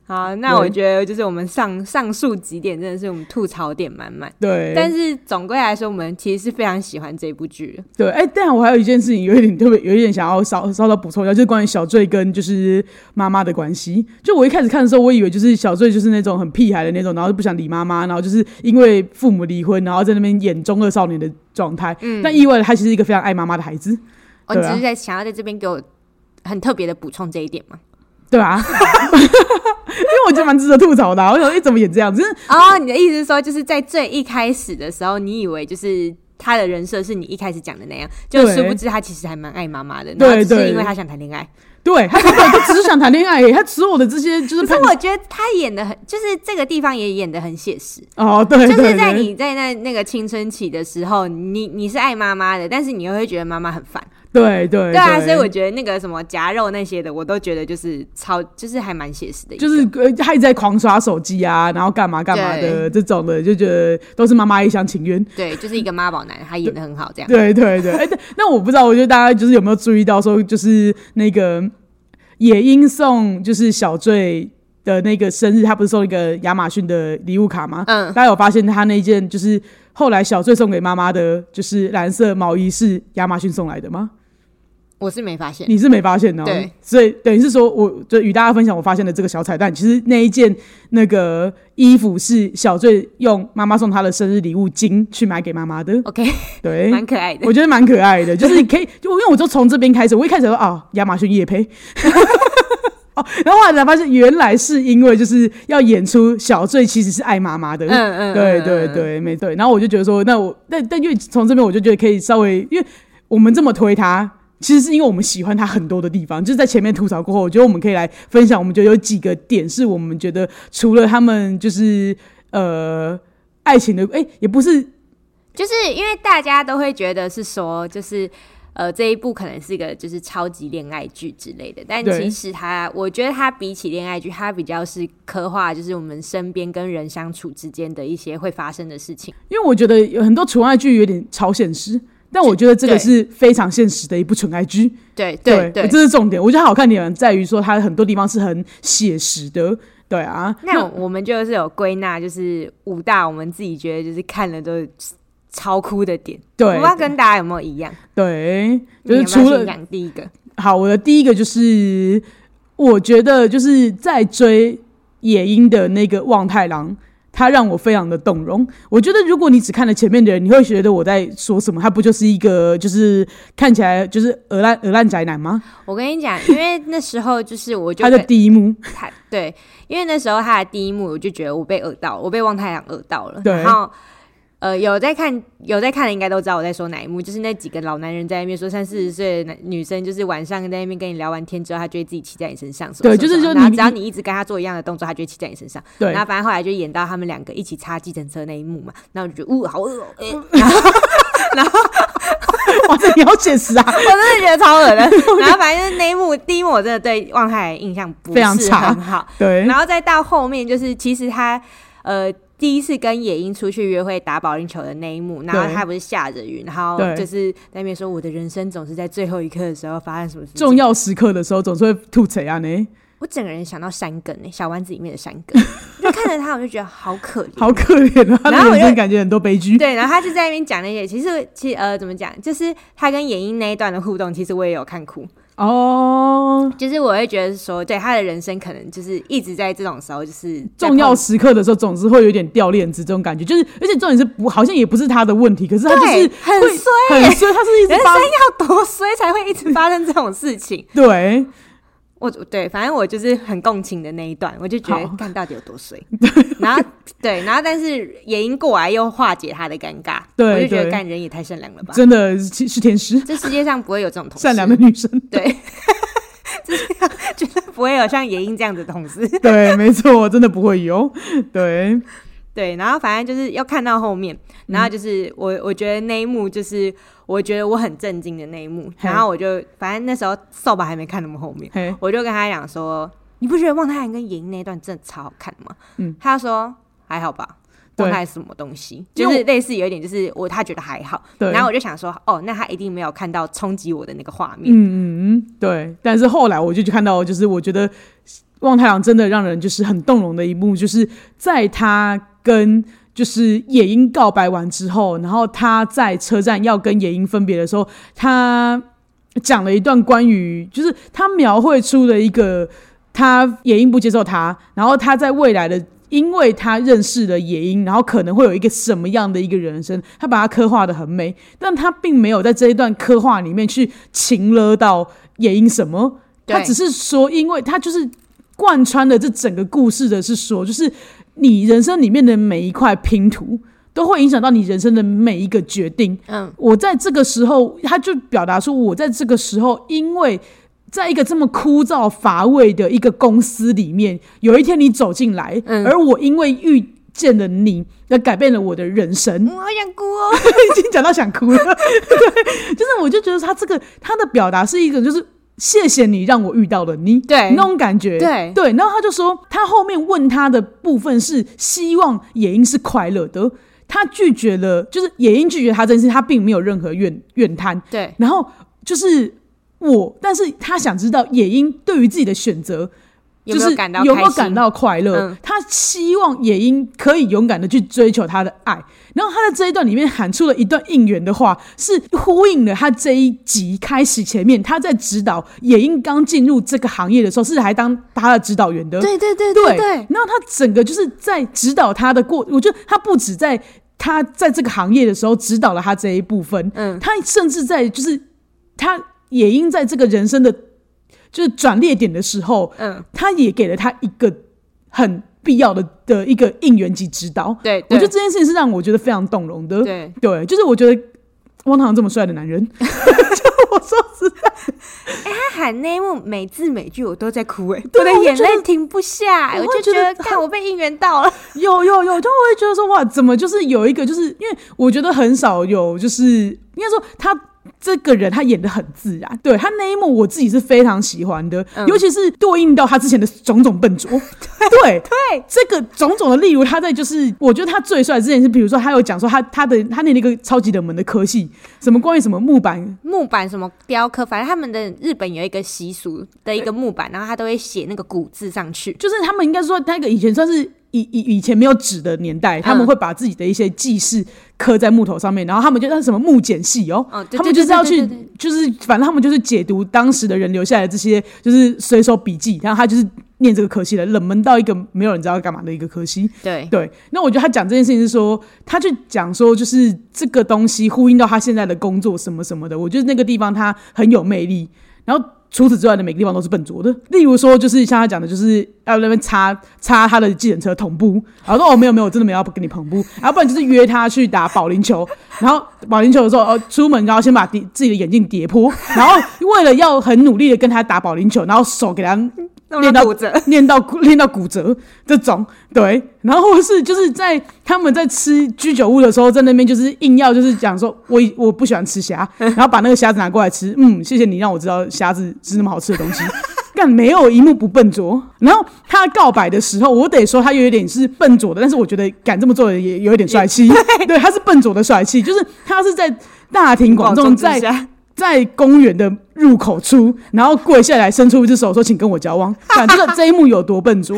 Speaker 2: 好，那我觉得就是我们上上述几点真的是我们吐槽点满满，
Speaker 1: 对，
Speaker 2: 但是总归来说，我们其实是非常喜欢这部剧的。
Speaker 1: 对，哎、但我还有一件事情有一点特别，有一点想要稍稍稍补充一下，就是关于小醉跟就是妈妈的关系。就我一开始看的时候，我以为就是小醉就是那种很屁孩的那种，然后就不想理妈妈，然后就是因为父母离婚，然后在那边演中二少年的状态。
Speaker 2: 嗯
Speaker 1: 但意外的，他其实是一个非常爱妈妈的孩子，
Speaker 2: 我
Speaker 1: 对
Speaker 2: 哦只
Speaker 1: 啊
Speaker 2: 是在想要在这边给我很特别的补充这一点嘛。
Speaker 1: 对吧、因为我觉得蛮值得吐槽的啊、我想，哎、怎么演这样子？
Speaker 2: 哦，你的意思是说，就是在最一开始的时候，你以为就是他的人设是你一开始讲的那样，就
Speaker 1: 对
Speaker 2: 殊不知他其实还蛮爱妈妈的，
Speaker 1: 对
Speaker 2: 然后只
Speaker 1: 对
Speaker 2: 是因为他想谈恋爱。
Speaker 1: 对他根本就只是想谈恋爱而已，他所有的这些就是
Speaker 2: 可是 <laughs>
Speaker 1: 朋
Speaker 2: 我觉得他演的很，就是这个地方也演的很写实。
Speaker 1: 哦，对，
Speaker 2: 就
Speaker 1: 对
Speaker 2: 是在
Speaker 1: 对
Speaker 2: 你在那那个青春期的时候，你你是爱妈妈的，但是你又会觉得妈妈很烦，
Speaker 1: 对对
Speaker 2: 对啊，所以我觉得那个什么夹肉那些的，我都觉得就是超，就是还蛮写实的一个，
Speaker 1: 就是呃，他一直在狂刷手机啊，然后干嘛干嘛的这种的，就觉得都是妈妈一厢情愿。
Speaker 2: 对，就是一个妈宝男，他演的很好，这样
Speaker 1: 对对对，哎、但那我不知道，我觉得大家就是有没有注意到说，就是那个也因送就是小醉的那个生日，他不是送一个亚马逊的礼物卡吗？
Speaker 2: 嗯
Speaker 1: 大家有发现他那件就是后来小醉送给妈妈的，就是蓝色毛衣是亚马逊送来的吗？
Speaker 2: 我是没发现，
Speaker 1: 你是没发现的、哦，
Speaker 2: 对，
Speaker 1: 所以等于是说我，就与大家分享我发现的这个小彩蛋，其实那一件那个衣服是小醉用妈妈送他的生日礼物金去买给妈妈的，
Speaker 2: OK，
Speaker 1: 对。
Speaker 2: 蛮可爱的
Speaker 1: 我。觉得蛮可爱的，就是可以，就因为我就从这边开始，我一开始说啊，亚马逊夜
Speaker 2: <laughs>
Speaker 1: 配，哦，然后后来才发现原来是因为就是要演出小醉其实是爱妈妈的，
Speaker 2: 嗯嗯，嗯
Speaker 1: 对对，
Speaker 2: 嗯
Speaker 1: 对，没对。然后我就觉得说，那我但但因为从这边我就觉得可以稍微，因为我们这么推他，其实是因为我们喜欢他很多的地方，就是在前面吐槽过后，我觉得我们可以来分享，我们觉得有几个点是我们觉得除了他们就是呃爱情的，哎、也不是
Speaker 2: 就是因为大家都会觉得是说，就是呃这一部可能是一个就是超级恋爱剧之类的，但
Speaker 1: 对
Speaker 2: 其实它，我觉得它比起恋爱剧，它比较是刻画就是我们身边跟人相处之间的一些会发生的事情。
Speaker 1: 因为我觉得有很多纯爱剧有点超现实。但我觉得这个
Speaker 2: 对
Speaker 1: 是非常现实的一部纯爱剧，
Speaker 2: 对对对。
Speaker 1: 这是重点。我觉得好看点在于说它很多地方是很写实的，对啊。
Speaker 2: 那我们就是有归纳，就是五大我们自己觉得就是看了都超哭的点，
Speaker 1: 对
Speaker 2: 我不知道跟大家有没有一样？
Speaker 1: 对，就是
Speaker 2: 你要不
Speaker 1: 除
Speaker 2: 要
Speaker 1: 了
Speaker 2: 先讲第一个，
Speaker 1: 好，我的第一个就是，我觉得就是在追野樱的那个望太郎，他让我非常的动容。我觉得如果你只看了前面的人，你会觉得我在说什么？他不就是一个就是看起来就是鹅烂鹅烂宅男吗？
Speaker 2: 我跟你讲，因为那时候就是我就
Speaker 1: 他的
Speaker 2: 跟
Speaker 1: 第一幕，
Speaker 2: 他对，因为那时候他的第一幕，我就觉得我被讹到了，我被望太郎讹到了。
Speaker 1: 对
Speaker 2: 然后呃，有在看有在看的应该都知道我在说哪一幕，就是那几个老男人在那边说三四十岁的男女生，就是晚上在那边跟你聊完天之后，他就会自己骑在你身上什么
Speaker 1: 对
Speaker 2: 什
Speaker 1: 就
Speaker 2: 么
Speaker 1: 是
Speaker 2: 什么
Speaker 1: 就
Speaker 2: 然后
Speaker 1: 你
Speaker 2: 只要你一直跟他做一样的动作，他就会骑在你身上。
Speaker 1: 对
Speaker 2: 然后反正后来就演到他们两个一起擦计程车那一幕嘛，然后我就觉得，呜，好恶
Speaker 1: <laughs>
Speaker 2: 哦、欸
Speaker 1: 哇，这你好写实啊！
Speaker 2: 我真的觉得超恶的。 <laughs> 然后反正就是那一幕，第一幕我真的对望太郎印象不
Speaker 1: 非常
Speaker 2: 是
Speaker 1: 差
Speaker 2: 很好，
Speaker 1: 对
Speaker 2: 然后再到后面，就是其实他呃第一次跟野樱出去约会打保龄球的那一幕，然后他不是下着雨，然后
Speaker 1: 对
Speaker 2: 就是在那边说我的人生总是在最后一刻的时候发生什么事情
Speaker 1: 重，要时刻的时候总是会吐槽啊呢，
Speaker 2: 我整个人想到山根、欸，小丸子里面的山根， <laughs> 就看着他我就觉得好可怜。
Speaker 1: 好可怜啊！他
Speaker 2: 然后
Speaker 1: 的
Speaker 2: 我
Speaker 1: 人
Speaker 2: 就
Speaker 1: 生感觉很多悲剧。
Speaker 2: 对，然后他就在那边讲那些，其实其实呃怎么讲，就是他跟野樱那一段的互动，其实我也有看哭，
Speaker 1: 哦，
Speaker 2: 就是我会觉得说，对他的人生可能就是一直在这种时候，就是在
Speaker 1: 重要
Speaker 2: 碰
Speaker 1: 时刻的时候，总是会有点掉链子这种感觉，就是而且重点是不好像也不是他的问题，可是他就是
Speaker 2: 对很
Speaker 1: 会
Speaker 2: 衰欸
Speaker 1: 很衰，他是一直
Speaker 2: <laughs> 人生
Speaker 1: 发。
Speaker 2: 要多衰才会一直发生这种事情
Speaker 1: 对
Speaker 2: 我对，反正我就是很共情的那一段，我就觉
Speaker 1: 好
Speaker 2: 得干到底有
Speaker 1: <laughs>
Speaker 2: 多衰。然后对，然后但是也因过来又化解他的尴尬，
Speaker 1: 对
Speaker 2: 我就觉
Speaker 1: 对
Speaker 2: 得干人也太善良了吧，
Speaker 1: 真的是是天使，
Speaker 2: 这世界上不会有这种同事 <laughs>
Speaker 1: 善良的女生，
Speaker 2: 对，就是觉得不会有像野英这样的同事。
Speaker 1: 对，没错，真的不会有。对，
Speaker 2: 对，然后反正就是要看到后面，
Speaker 1: 嗯
Speaker 2: 然后就是我我觉得那一幕就是我觉得我很震惊的那一幕，
Speaker 1: 嘿
Speaker 2: 然后我就反正那时候扫把还没看那么后面，
Speaker 1: 嘿，
Speaker 2: 我就跟他讲说，你不觉得望太阳跟野樱那段真的超好看吗？
Speaker 1: 嗯，
Speaker 2: 他就说还好吧。
Speaker 1: 对
Speaker 2: 望太阳是什么东西，
Speaker 1: 因
Speaker 2: 就
Speaker 1: 为
Speaker 2: 是类似有一点，就是我他觉得还好，
Speaker 1: 对。
Speaker 2: 然后我就想说，哦，那他一定没有看到冲击我的那个画面，
Speaker 1: 嗯嗯嗯，对。但是后来我就去看到，就是我觉得望太郎真的让人就是很动容的一幕，就是在他跟就是野樱告白完之后，然后他在车站要跟野樱分别的时候，他讲了一段关于就是他描绘出了一个他野樱不接受他，然后他在未来的。因为他认识了野樱，然后可能会有一个什么样的一个人生，他把它刻画的很美，但他并没有在这一段刻画里面去情勒到野樱什么，
Speaker 2: 对
Speaker 1: 他只是说，因为他就是贯穿了这整个故事的是说，就是你人生里面的每一块拼图都会影响到你人生的每一个决定。
Speaker 2: 嗯，
Speaker 1: 我在这个时候，他就表达出我在这个时候，因为在一个这么枯燥乏味的一个公司里面，有一天你走进来，
Speaker 2: 嗯
Speaker 1: 而我因为遇见了你，而改变了我的人生。
Speaker 2: 我好想哭哦，
Speaker 1: 已经讲到想哭了。 <laughs> 对，就是我就觉得他这个他的表达是一个就是。谢谢你让我遇到了你，
Speaker 2: 对
Speaker 1: 那种感觉，
Speaker 2: 对
Speaker 1: 对。然后他就说，他后面问他的部分是希望野樱是快乐的，他拒绝了，就是野樱拒绝他这件事，他并没有任何怨怨叹。
Speaker 2: 对，
Speaker 1: 然后就是我，但是他想知道野樱对于自己的选择
Speaker 2: 有没
Speaker 1: 就是
Speaker 2: 感到
Speaker 1: 有
Speaker 2: 开
Speaker 1: 没有
Speaker 2: 心？
Speaker 1: 感到快乐？
Speaker 2: 嗯
Speaker 1: 他希望野樱可以勇敢的去追求他的爱。然后他在这一段里面喊出了一段应援的话，是呼应了他这一集开始前面他在指导野樱刚进入这个行业的时候，是还当他的指导员的。
Speaker 2: 对对对
Speaker 1: 对
Speaker 2: 对，
Speaker 1: 然后他整个就是在指导他的过，我觉得他不止在他在这个行业的时候指导了他这一部分，
Speaker 2: 嗯，
Speaker 1: 他甚至在就是他也因在这个人生的就是转捩点的时候，
Speaker 2: 嗯，
Speaker 1: 他也给了他一个很必要的的一个应援及指导。
Speaker 2: 对，
Speaker 1: 我觉得
Speaker 2: 对
Speaker 1: 这件事情是让我觉得非常动容的。
Speaker 2: 对，
Speaker 1: 对，就是我觉得汪唐这么帅的男人，就我说实在，
Speaker 2: 他喊那一幕每字每句我都在哭哎、我的眼泪停不下、欸
Speaker 1: 我
Speaker 2: 我
Speaker 1: 会
Speaker 2: 就
Speaker 1: 觉
Speaker 2: 觉
Speaker 1: 得
Speaker 2: 得看我被应援到了，
Speaker 1: 有有有，就会觉得说哇，怎么就是有一个，就是因为我觉得很少有，就是应该说他。这个人他演的很自然，对他那一幕我自己是非常喜欢的，
Speaker 2: 嗯
Speaker 1: 尤其是对应到他之前的种种笨拙，对，
Speaker 2: 对，
Speaker 1: 这个种种的，例如他在就是，我觉得他最帅之前是，比如说他有讲说他他的他念那个超级冷门的科系，什么关于什么木板，
Speaker 2: 木板什么雕刻，反正他们的日本有一个习俗的一个木板，然后他都会写那个古字上去。
Speaker 1: 就是他们应该说那个以前算是以以以前没有纸的年代，他们会把自己的一些记事刻在木头上面，然后他们就那呃什么木简系哦。
Speaker 2: 哦，对
Speaker 1: 他们就是要去
Speaker 2: 对对对对对，
Speaker 1: 就是反正他们就是解读当时的人留下来的这些，就是随手笔记，然后他就是念这个科系的，冷门到一个没有人知道干嘛的一个科系。
Speaker 2: 对
Speaker 1: 对，那我觉得他讲这件事情是说，他去讲说，就是这个东西呼应到他现在的工作什么什么的，我觉得那个地方他很有魅力。然后除此之外的每个地方都是笨拙的，例如说就是像他讲的，就是要那边插插他的计程车同步，然后说哦没有没有，我真的没有要跟你同步，然后不然就是约他去打保龄球，然后保龄球的时候哦出门然后先把跌自己的眼镜跌破，然后为了要很努力的跟他打保龄球，然后手给他
Speaker 2: 弄到骨折，
Speaker 1: <laughs> 练到骨练到骨折这种，对，然后或是就是在他们在吃居酒屋的时候，在那边就是硬要就是讲说我已我不喜欢吃 <laughs> 虾，然后把那个虾子拿过来吃，嗯，谢谢你让我知道虾子是那么好吃的东西。 <laughs> 干没有一幕不笨拙，然后他告白的时候，我得说他有一点是笨拙的，但是我觉得敢这么做的也有一点帅气，对，他是笨拙的帅气，就是他是在大庭广众
Speaker 2: <laughs> 广之
Speaker 1: 在
Speaker 2: 下
Speaker 1: 在公园的入口处，然后跪下来伸出一只手说：“请跟我交往。”看这个这一幕有多笨拙。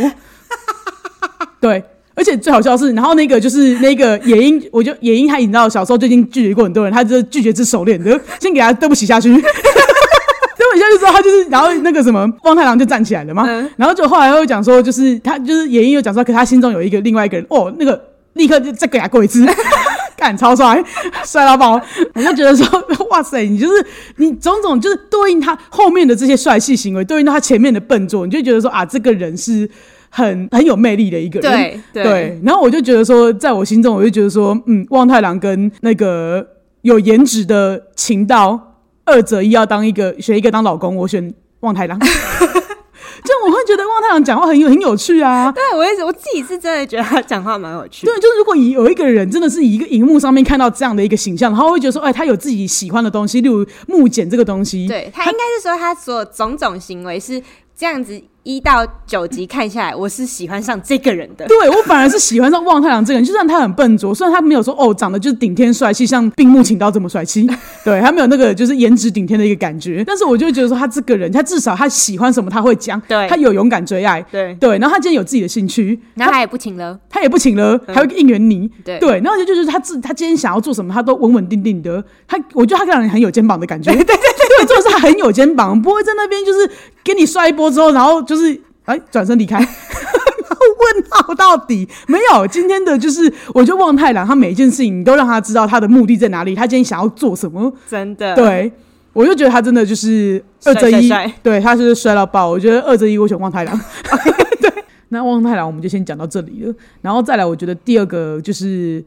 Speaker 1: 对，而且最好笑的是，然后那个就是那个野樱，我就野樱他引到小时候就已经拒绝过很多人，他就是拒绝只手链的， <laughs> 先给他对不起下去。 <laughs> 对不起下去之后，他就是，然后那个什么，汪太郎就站起来了嘛。
Speaker 2: 嗯
Speaker 1: 然后就后来又讲说，就是他就是野樱又讲说，可是他心中有一个另外一个人，哦，那个立刻就再给他过一次， <laughs> 干超帅， <laughs> 帅到爆！我就觉得说，哇塞，你就是你种种就是对应他后面的这些帅气行为，对应到他前面的笨拙，你就觉得说啊，这个人是很很有魅力的一个人。
Speaker 2: 对
Speaker 1: <laughs>
Speaker 2: 对
Speaker 1: 对，然后我就觉得说，在我心中，我就觉得说，嗯，望太郎跟那个有颜值的情道二择一，要当一个选一个当老公，我选望太郎。这样我会觉得望太郎讲话很有很有趣
Speaker 2: <laughs>
Speaker 1: 啊。
Speaker 2: 对我也是，我自己是真的觉得他讲话蛮有趣的
Speaker 1: 对，就是如果以有一个人真的是以一个荧幕上面看到这样的一个形象，然后会觉得说，哎，他有自己喜欢的东西，例如木简这个东西，
Speaker 2: 对他应该是说他所有种种行为是这样子，一到九集看下来，我是喜欢上这个人 <laughs> 的。
Speaker 1: 对我反而是喜欢上望太郎这个人，就算他很笨拙，虽然他没有说哦长得就是顶天帅气，像病木请到这么帅气，对他没有那个就是颜值顶天的一个感觉，但是我就会觉得说他这个人，他至少他喜欢什么他会讲，
Speaker 2: 对
Speaker 1: 他有勇敢追爱，
Speaker 2: 对，
Speaker 1: 对，然后他今天有自己的兴趣，
Speaker 2: 然后他也嗯不请了，
Speaker 1: 他也不请了，还会应援你，
Speaker 2: 对
Speaker 1: 对，然后就就是他自他今天想要做什么，他都稳稳定定的，他我觉得他让人很有肩膀的感 <laughs> 觉，对对对，做是他很有肩膀，不会在那边就是给你摔一波之后，然后就是哎转身离开。 <laughs> 问号到底没有？今天的就是，我觉得望太郎他每一件事情，你都让他知道他的目的在哪里，他今天想要做什么。
Speaker 2: 真的，
Speaker 1: 对，我就觉得他真的就是二择一
Speaker 2: 帅帅帅，
Speaker 1: 对，他就是摔到爆。我觉得二择一，我选望太郎。
Speaker 2: <laughs>
Speaker 1: 对，那望太郎我们就先讲到这里了，然后再来，我觉得第二个就是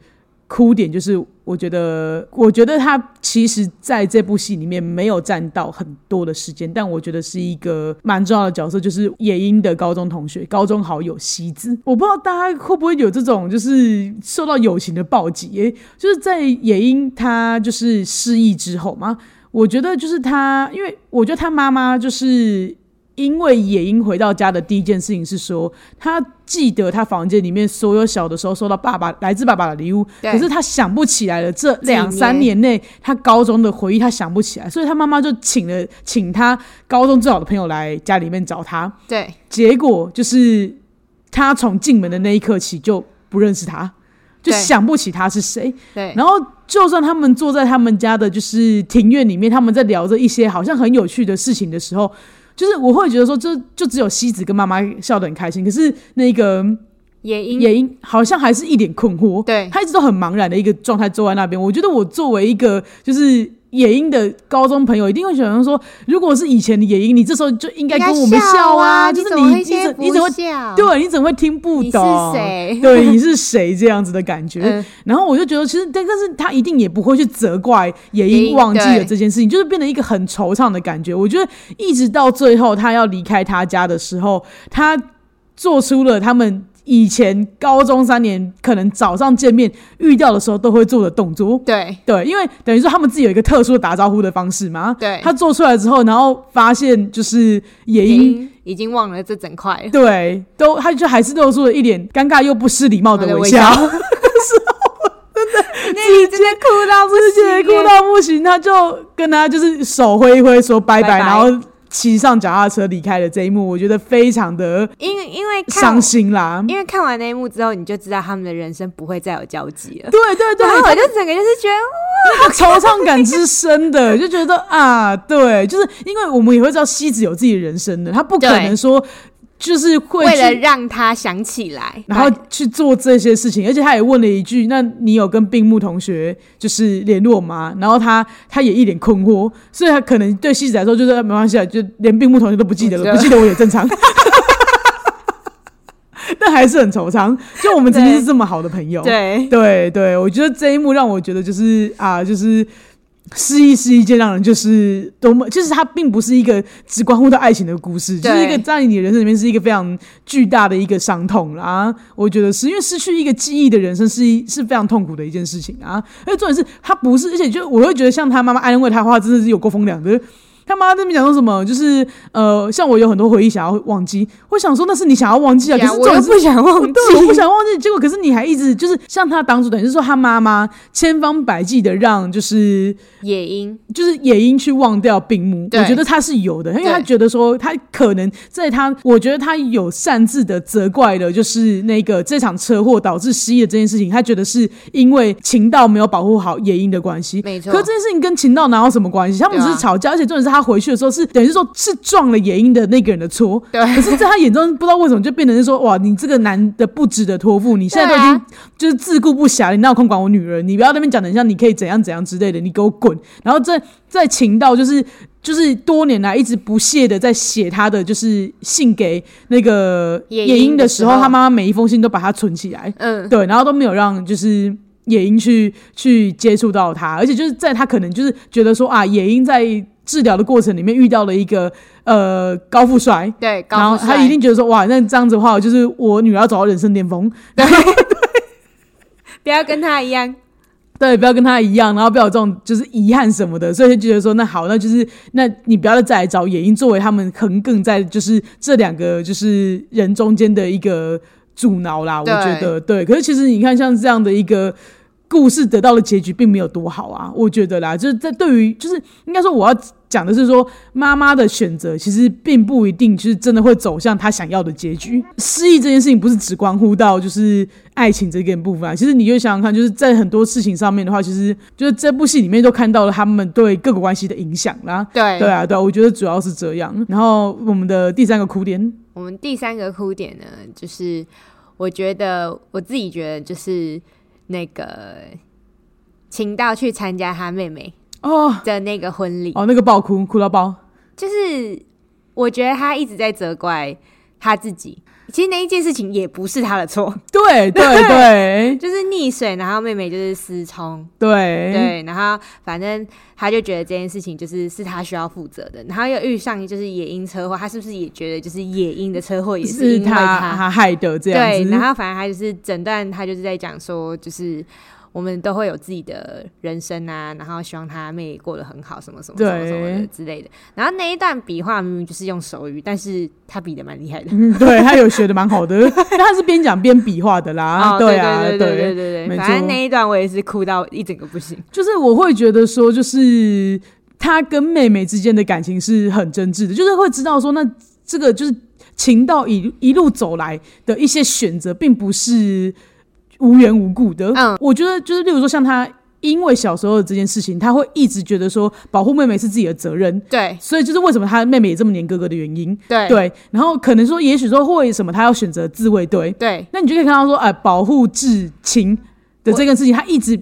Speaker 1: 哭点，就是我觉得，我觉得他其实在这部戏里面没有占到很多的时间，但我觉得是一个蛮重要的角色，就是野樱的高中同学、高中好友西子。我不知道大家会不会有这种，就是受到友情的暴击耶、就是在野樱她就是失忆之后嘛，我觉得就是她，因为我觉得她妈妈就是因为野樱回到家的第一件事情是说，她记得她房间里面所有小的时候收到爸爸来自爸爸的礼物，
Speaker 2: 对
Speaker 1: 可是她想不起来了。这两
Speaker 2: 几年
Speaker 1: 三年内，她高中的回忆她想不起来，所以她妈妈就请了请她高中最好的朋友来家里面找她，
Speaker 2: 对
Speaker 1: 结果就是她从进门的那一刻起就不认识她，就
Speaker 2: 对
Speaker 1: 想不起她是谁。
Speaker 2: 对
Speaker 1: 然后就算他们坐在他们家的就是庭院里面，他们在聊着一些好像很有趣的事情的时候，就是我会觉得说就，就只有西子跟妈妈笑得很开心，可是那个
Speaker 2: 嗯也因
Speaker 1: 野樱好像还是一脸困惑，
Speaker 2: 对
Speaker 1: 他一直都很茫然的一个状态坐在那边。我觉得我作为一个就是。野樱的高中朋友一定会想说，如果是以前的野樱，你这时候就应该跟我们
Speaker 2: 笑
Speaker 1: 啊，就
Speaker 2: 你
Speaker 1: 是
Speaker 2: 怎
Speaker 1: 你
Speaker 2: 么会
Speaker 1: 你
Speaker 2: 先
Speaker 1: 怎
Speaker 2: 不
Speaker 1: 你怎么会
Speaker 2: 笑？
Speaker 1: 对，你怎么会听不
Speaker 2: 你是
Speaker 1: 懂？
Speaker 2: 谁？
Speaker 1: 对，你是谁这样子的感觉？
Speaker 2: 嗯，
Speaker 1: 然后我就觉得，其实但但是他一定也不会去责怪野
Speaker 2: 野
Speaker 1: 樱
Speaker 2: 樱
Speaker 1: 忘记了
Speaker 2: 对
Speaker 1: 这件事情，就是变得一个很惆怅的感觉。我觉得一直到最后他要离开他家的时候，他做出了他们以前高中三年可能早上见面遇到的时候都会做的动作。
Speaker 2: 对
Speaker 1: 对，因为等于说他们自己有一个特殊的打招呼的方式嘛。
Speaker 2: 对
Speaker 1: 他做出来之后，然后发现就是野
Speaker 2: 也
Speaker 1: 樱。
Speaker 2: 因已经忘了这整块
Speaker 1: <laughs>
Speaker 2: 了。
Speaker 1: 对，都他就还是露出了一脸尴尬又不失礼貌的微笑，
Speaker 2: 那你真的哭到不
Speaker 1: 直接哭到不行，他就跟他就是手挥一挥说拜拜，
Speaker 2: 拜拜
Speaker 1: 然后骑上脚踏车离开了这一幕，我觉得非常的
Speaker 2: 因为因为看
Speaker 1: 伤心啦。
Speaker 2: 因为看完那一幕之后，你就知道他们的人生不会再有交集了。
Speaker 1: 对对对，
Speaker 2: 然后
Speaker 1: 他
Speaker 2: 我就整个就是觉得，
Speaker 1: 那个惆怅感之深的，就觉得啊，对，就是因为我们也会知道西子有自己的人生的，他不可
Speaker 2: 对
Speaker 1: 能说就是会
Speaker 2: 为
Speaker 1: 去
Speaker 2: 了让他想起来，
Speaker 1: 然后去做这些事情，而且他也问了一句：“那你有跟病木同学就是联络吗？”然后他他也一脸困惑，所以他可能对西子来说就是没关系啊，就连病木同学都不记得
Speaker 2: 不记
Speaker 1: 了，
Speaker 2: 得
Speaker 1: 不记得我也正常。 <laughs> 但还是很惆怅，就我们曾经是这么好的朋友。
Speaker 2: 对
Speaker 1: 对对，我觉得这一幕让我觉得就是啊，就是失忆是一件让人就是多么，就是它并不是一个只关乎到爱情的故事，就是一个
Speaker 2: 对
Speaker 1: 在你的人生里面是一个非常巨大的一个伤痛啦。我觉得是因为失去一个记忆的人生是一是非常痛苦的一件事情啊。而且重点是他不是，而且就我会觉得像他妈妈安慰他的话，真的是有够风凉的。他妈这边讲说什么，就是呃，像我有很多回忆想要忘记，我想说那是你想要忘记啊，可
Speaker 2: 对啊
Speaker 1: 是
Speaker 2: 我
Speaker 1: 总
Speaker 2: 又
Speaker 1: 是
Speaker 2: 不想忘记，
Speaker 1: 对，我不想
Speaker 2: <laughs>
Speaker 1: 忘记。结果可是你还一直就是像他当初等于是说他妈妈千方百计的让就是
Speaker 2: 野樱
Speaker 1: 就是野樱去忘掉病木，
Speaker 2: 对
Speaker 1: 我觉得他是有的，因为
Speaker 2: 对
Speaker 1: 他觉得说他可能在他，我觉得他有擅自的责怪了，就是那个这场车祸导致失忆的这件事情，他觉得是因为情道没有保护好野樱的关系。
Speaker 2: 没错
Speaker 1: 可是这件事情跟情道哪有什么关系？他们只
Speaker 2: 对啊
Speaker 1: 是吵架，而且重点是他回去的时候是等于是说是撞了野樱的那个人的错。
Speaker 2: 对
Speaker 1: 可是，在他眼中，不知道为什么就变成是说，哇，你这个男的不值得托付，你现在都已
Speaker 2: 对啊
Speaker 1: 经就是自顾不暇，你哪有空管我女儿？你不要在那边讲，等一下你可以怎样怎样之类的，你给我滚！然后在在情到就是就是多年来一直不懈的在写他的就是信给那个
Speaker 2: 野
Speaker 1: 野
Speaker 2: 樱
Speaker 1: 樱
Speaker 2: 的
Speaker 1: 的时候，
Speaker 2: 时候
Speaker 1: 他妈妈每一封信都把它存起来，
Speaker 2: 嗯，
Speaker 1: 对，然后都没有让就是野樱去去接触到他，而且就是在他可能就是觉得说啊，野樱在治疗的过程里面遇到了一个呃高富帅，
Speaker 2: 对，
Speaker 1: 然
Speaker 2: 高
Speaker 1: 后
Speaker 2: 富
Speaker 1: 他
Speaker 2: 帅
Speaker 1: 一定觉得说哇，那这样子的话，就是我女儿要走到人生巅峰，
Speaker 2: 不要跟他一样，
Speaker 1: 对，不要跟他一样，然后不要有这种就是遗憾什么的，所以就觉得说，那好，那就是那你不要再来找野樱作为他们横亘在就是这两个就是人中间的一个阻挠啦。我
Speaker 2: 对
Speaker 1: 觉得对，可是其实你看像这样的一个。故事得到的结局并没有多好啊，我觉得啦，就是在对于就是应该说我要讲的是说，妈妈的选择其实并不一定就是真的会走向她想要的结局。失忆这件事情不是只关乎到就是爱情这个部分啊，其实你就想想看，就是在很多事情上面的话，其实就是这部戏里面都看到了他们对各个关系的影响啦。
Speaker 2: 对
Speaker 1: 对啊，对啊，我觉得主要是这样。然后我们的第三个哭点，
Speaker 2: 我们第三个哭点呢，就是我觉得我自己觉得就是那个秦道去参加他妹妹 <laughs>
Speaker 1: 哦
Speaker 2: 的那个婚礼，
Speaker 1: 哦，那个爆哭，哭到爆。
Speaker 2: 就是我觉得他一直在责怪他自己。其实那一件事情也不是他的错， <laughs>
Speaker 1: 对对对
Speaker 2: 就是溺水，然后妹妹就是失聪，
Speaker 1: 对
Speaker 2: 对，然后反正他就觉得这件事情就是是他需要负责的，然后又遇上就是野鹰车祸，他是不是也觉得就是野鹰的车祸也
Speaker 1: 是
Speaker 2: 因为
Speaker 1: 他他害的这样
Speaker 2: 对，
Speaker 1: 子。
Speaker 2: 然后反正他就是整段，他就是在讲说，就是我们都会有自己的人生啊，然后希望他妹过得很好，什么什么什么什么的
Speaker 1: 对
Speaker 2: 之类的。然后那一段比划明明就是用手语，但是他比的蛮厉害的。
Speaker 1: 嗯，对他有学的蛮好的，
Speaker 2: <laughs>
Speaker 1: 但他是边讲边比划的啦。
Speaker 2: 哦，
Speaker 1: 对 <laughs>
Speaker 2: 对
Speaker 1: 啊，
Speaker 2: 对对对对
Speaker 1: 没
Speaker 2: 对，
Speaker 1: 错
Speaker 2: 反正那一段我也是哭到一整个不行。
Speaker 1: 就是我会觉得说，就是他跟妹妹之间的感情是很真挚的，就是会知道说，那这个就是情到一一路走来的一些选择，并不是无缘无故的。
Speaker 2: 嗯，
Speaker 1: 我觉得就是，例如说像他。因为小时候的这件事情，他会一直觉得说保护妹妹是自己的责任，
Speaker 2: 对
Speaker 1: 所以就是为什么他妹妹也这么黏哥哥的原因。
Speaker 2: 对
Speaker 1: 对，然后可能说，也许说为什么他要选择自卫队，
Speaker 2: 对，
Speaker 1: 那你就可以看到说，呃，保护至亲的这件事情，他一直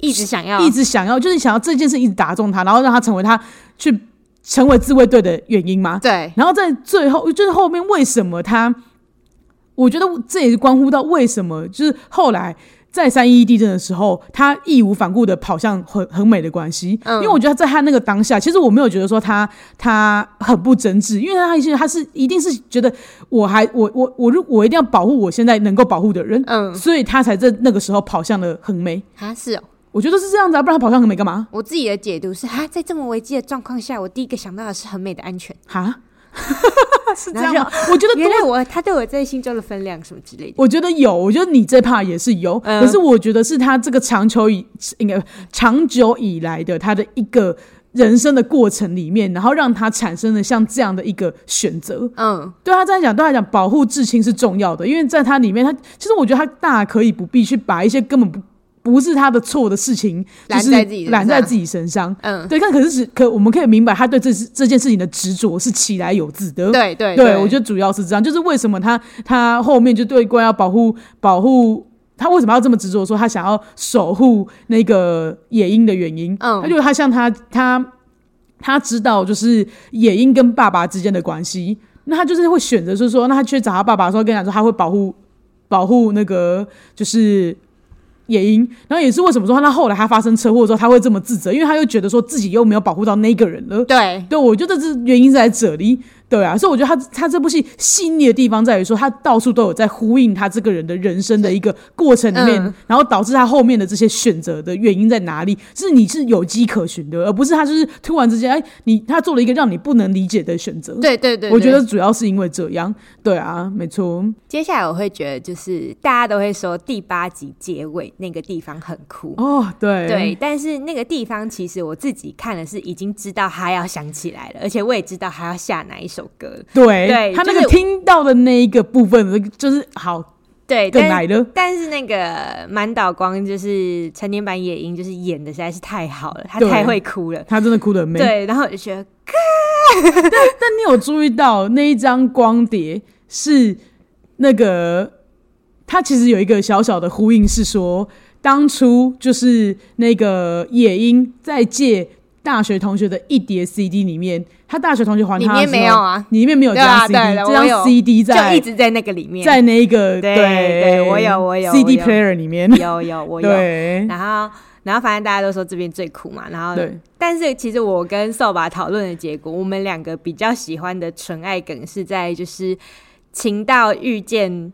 Speaker 2: 一直想要，
Speaker 1: 一直想要，就是想要这件事一直打中他，然后让他成为他去成为自卫队的原因吗？
Speaker 2: 对
Speaker 1: 然后在最后，就是后面为什么他？我觉得这也是关乎到为什么，就是后来在三一一地震的时候，他义无反顾的跑向很很美的关系，
Speaker 2: 嗯
Speaker 1: 因为我觉得在他那个当下，其实我没有觉得说他他很不真挚，因为他其实他是一定是觉得我还我我我如我一定要保护我现在能够保护的人，
Speaker 2: 嗯，
Speaker 1: 所以他才在那个时候跑向了很美。
Speaker 2: 他是哦。
Speaker 1: 我觉得是这样子啊，不然他跑向很美干嘛？
Speaker 2: 我自己的解读是，啊，在这么危机的状况下，我第一个想到的是很美的安全。
Speaker 1: 哈， <laughs> 是这
Speaker 2: 然后
Speaker 1: 样吗？我觉得
Speaker 2: 原
Speaker 1: 多，
Speaker 2: 来我他对我在心中的分量什么之类的。
Speaker 1: 我觉得有，我觉得你这怕也是有，
Speaker 2: 嗯
Speaker 1: 可是我觉得是他这个长久以应该长久以来的他的一个人生的过程里面，然后让他产生了像这样的一个选择。
Speaker 2: 嗯，
Speaker 1: 对他这样讲，对他来讲，保护至亲是重要的，因为在他里面，他其实我觉得他大可以不必去把一些根本不不是他的错的事情，就
Speaker 2: 揽
Speaker 1: 是
Speaker 2: 在自己身
Speaker 1: 揽在
Speaker 2: 上
Speaker 1: 自己身上。
Speaker 2: 嗯，
Speaker 1: 对，但可是只可我们可以明白，他对这这件事情的执着是起来有自得。
Speaker 2: 对对
Speaker 1: 嗯对，我觉得主要是这样，就是为什么他他后面就对关要保护保护他为什么要这么执着，说他想要守护那个野鹰的原因，
Speaker 2: 嗯
Speaker 1: 他就是他像他他他知道就是野鹰跟爸爸之间的关系，那他就是会选择就是说，那他去找他爸爸的时候，跟他讲说他会保护保护那个就是。野鹰，然后也是为什么说他后来他发生车祸之后他会这么自责，因为他又觉得说自己又没有保护到那个人了，
Speaker 2: 对
Speaker 1: 对，我觉得这原因是在这里。对啊，所以我觉得他他这部戏细腻的地方在于说，他到处都有在呼应他这个人的人生的一个过程里面，
Speaker 2: 嗯
Speaker 1: 然后导致他后面的这些选择的原因在哪里，是你是有迹可循的，而不是他就是突然之间，哎，你他做了一个让你不能理解的选择。
Speaker 2: 对对对，
Speaker 1: 我觉
Speaker 2: 对
Speaker 1: 得主要是因为这样。对啊，没错。
Speaker 2: 接下来我会觉得就是大家都会说第八集结尾那个地方很酷。
Speaker 1: 哦，对
Speaker 2: 对，但是那个地方其实我自己看了是已经知道他要想起来了，而且我也知道他要下哪一首歌了。
Speaker 1: 对
Speaker 2: 对
Speaker 1: 他那
Speaker 2: 就
Speaker 1: 个
Speaker 2: 是
Speaker 1: 听到的那一个部分，就是好
Speaker 2: 对，
Speaker 1: 更
Speaker 2: 但
Speaker 1: 来了。
Speaker 2: 但是那个满岛光就是成年版野樱，就是演的实在是太好了，他
Speaker 1: 对
Speaker 2: 太会哭了。
Speaker 1: 他真的哭得很美。
Speaker 2: 对，然后我就觉得
Speaker 1: 但你有注意到那一张光碟是那个，它其实有一个小小的呼应，是说当初就是那个野樱在借大学同学的一叠 CD 里面，他大学同学还
Speaker 2: 里
Speaker 1: 他的
Speaker 2: 面
Speaker 1: 时
Speaker 2: 没
Speaker 1: 候
Speaker 2: 有，啊，
Speaker 1: 里面没有这张
Speaker 2: 对啊
Speaker 1: CD，
Speaker 2: 对
Speaker 1: 这
Speaker 2: 我有
Speaker 1: 张 CD
Speaker 2: 就一
Speaker 1: 在
Speaker 2: 直在那个里面。
Speaker 1: 在那个
Speaker 2: 对
Speaker 1: 对
Speaker 2: 对我有我有我
Speaker 1: CD
Speaker 2: 有
Speaker 1: player 里面，
Speaker 2: 有有我有，
Speaker 1: 对
Speaker 2: 然后，然后反正大家都说这边最苦嘛，然后
Speaker 1: 对，
Speaker 2: 但是其实我跟扫把讨论的结果，我们两个比较喜欢的纯爱梗是在就是情到遇见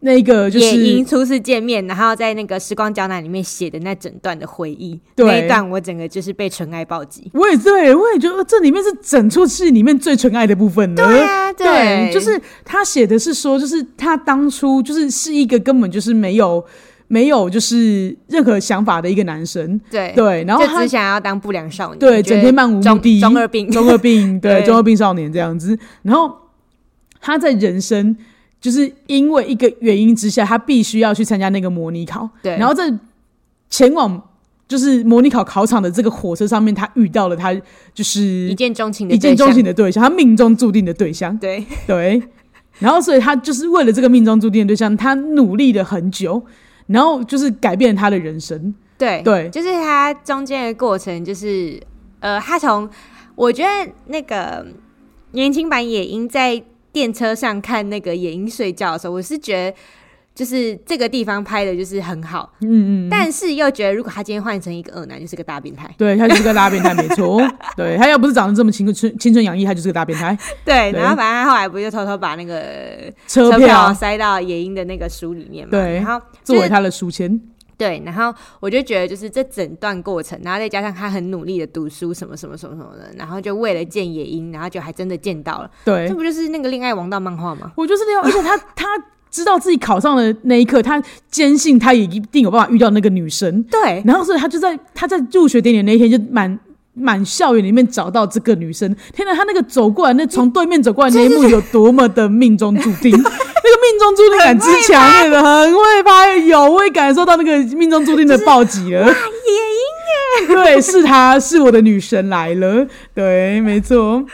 Speaker 1: 那个就
Speaker 2: 野营
Speaker 1: 是
Speaker 2: 初次见面，然后在那个时光胶囊里面写的那整段的回忆，
Speaker 1: 对
Speaker 2: 那一段我整个就是被纯爱暴击。
Speaker 1: 我也对，我也觉得哦这里面是整出戏里面最纯爱的部分了。
Speaker 2: 对啊，
Speaker 1: 对，就是他写的是说，就是他当初就是是一个根本就是没有没有就是任何想法的一个男生，
Speaker 2: 对，
Speaker 1: 对，然后
Speaker 2: 就
Speaker 1: 他
Speaker 2: 只想要当不良少女，
Speaker 1: 对
Speaker 2: 觉得
Speaker 1: 整天漫无目的
Speaker 2: 中中二病，
Speaker 1: 中二病，对，
Speaker 2: <laughs> 对
Speaker 1: 中二病少年这样子，然后他在人生就是因为一个原因之下，他必须要去参加那个模拟考，
Speaker 2: 对，
Speaker 1: 然后在前往就是模拟考考场的这个火车上面，他遇到了他就是
Speaker 2: 一见钟情的
Speaker 1: 一见
Speaker 2: 对象
Speaker 1: 钟情，的对象，他命中注定的对象，
Speaker 2: 对
Speaker 1: 对，然后所以他就是为了这个命中注定的对象，他努力了很久，然后就是改变了他的人生。
Speaker 2: 对
Speaker 1: 对
Speaker 2: 就是他中间的过程，就是呃，他从我觉得那个年轻版野樱在电车上看那个野樱睡觉的时候，我是觉得就是这个地方拍的就是很好，
Speaker 1: 嗯嗯，
Speaker 2: 但是又觉得如果他今天换成一个恶男，就是个大变态。
Speaker 1: 对，他就是个大变态，没错。对他要不是长得这么青春青春洋溢，他就是个大变态。
Speaker 2: <laughs> 对，
Speaker 1: 对
Speaker 2: 然后反正他后来不就偷偷把那个
Speaker 1: 车
Speaker 2: 票
Speaker 1: 票
Speaker 2: 塞到野樱的那个书里面嘛，
Speaker 1: 对
Speaker 2: 然后就
Speaker 1: 作为
Speaker 2: 是
Speaker 1: 他的书签，
Speaker 2: 对，然后我就觉得就是这整段过程，然后再加上他很努力的读书，什么什么什么什么的，然后就为了见野樱，然后就还真的见到了，
Speaker 1: 对
Speaker 2: 这不就是那个恋爱王道漫画吗？
Speaker 1: 我就是那样。而且他他知道自己考上的那一刻，他坚信他也一定有办法遇到那个女生。
Speaker 2: 对，
Speaker 1: 然后所以他就在他在入学典礼那一天就满。满校园里面找到这个女生，天哪！他那个走过来，那从对面走过来那一幕有多么的命中注
Speaker 2: <laughs>
Speaker 1: 定，那个命中注定感之强烈的，很会拍，有我也感受到那个命中注定的暴击了。 <laughs> 对，是她，是我的女神来了。对，没错，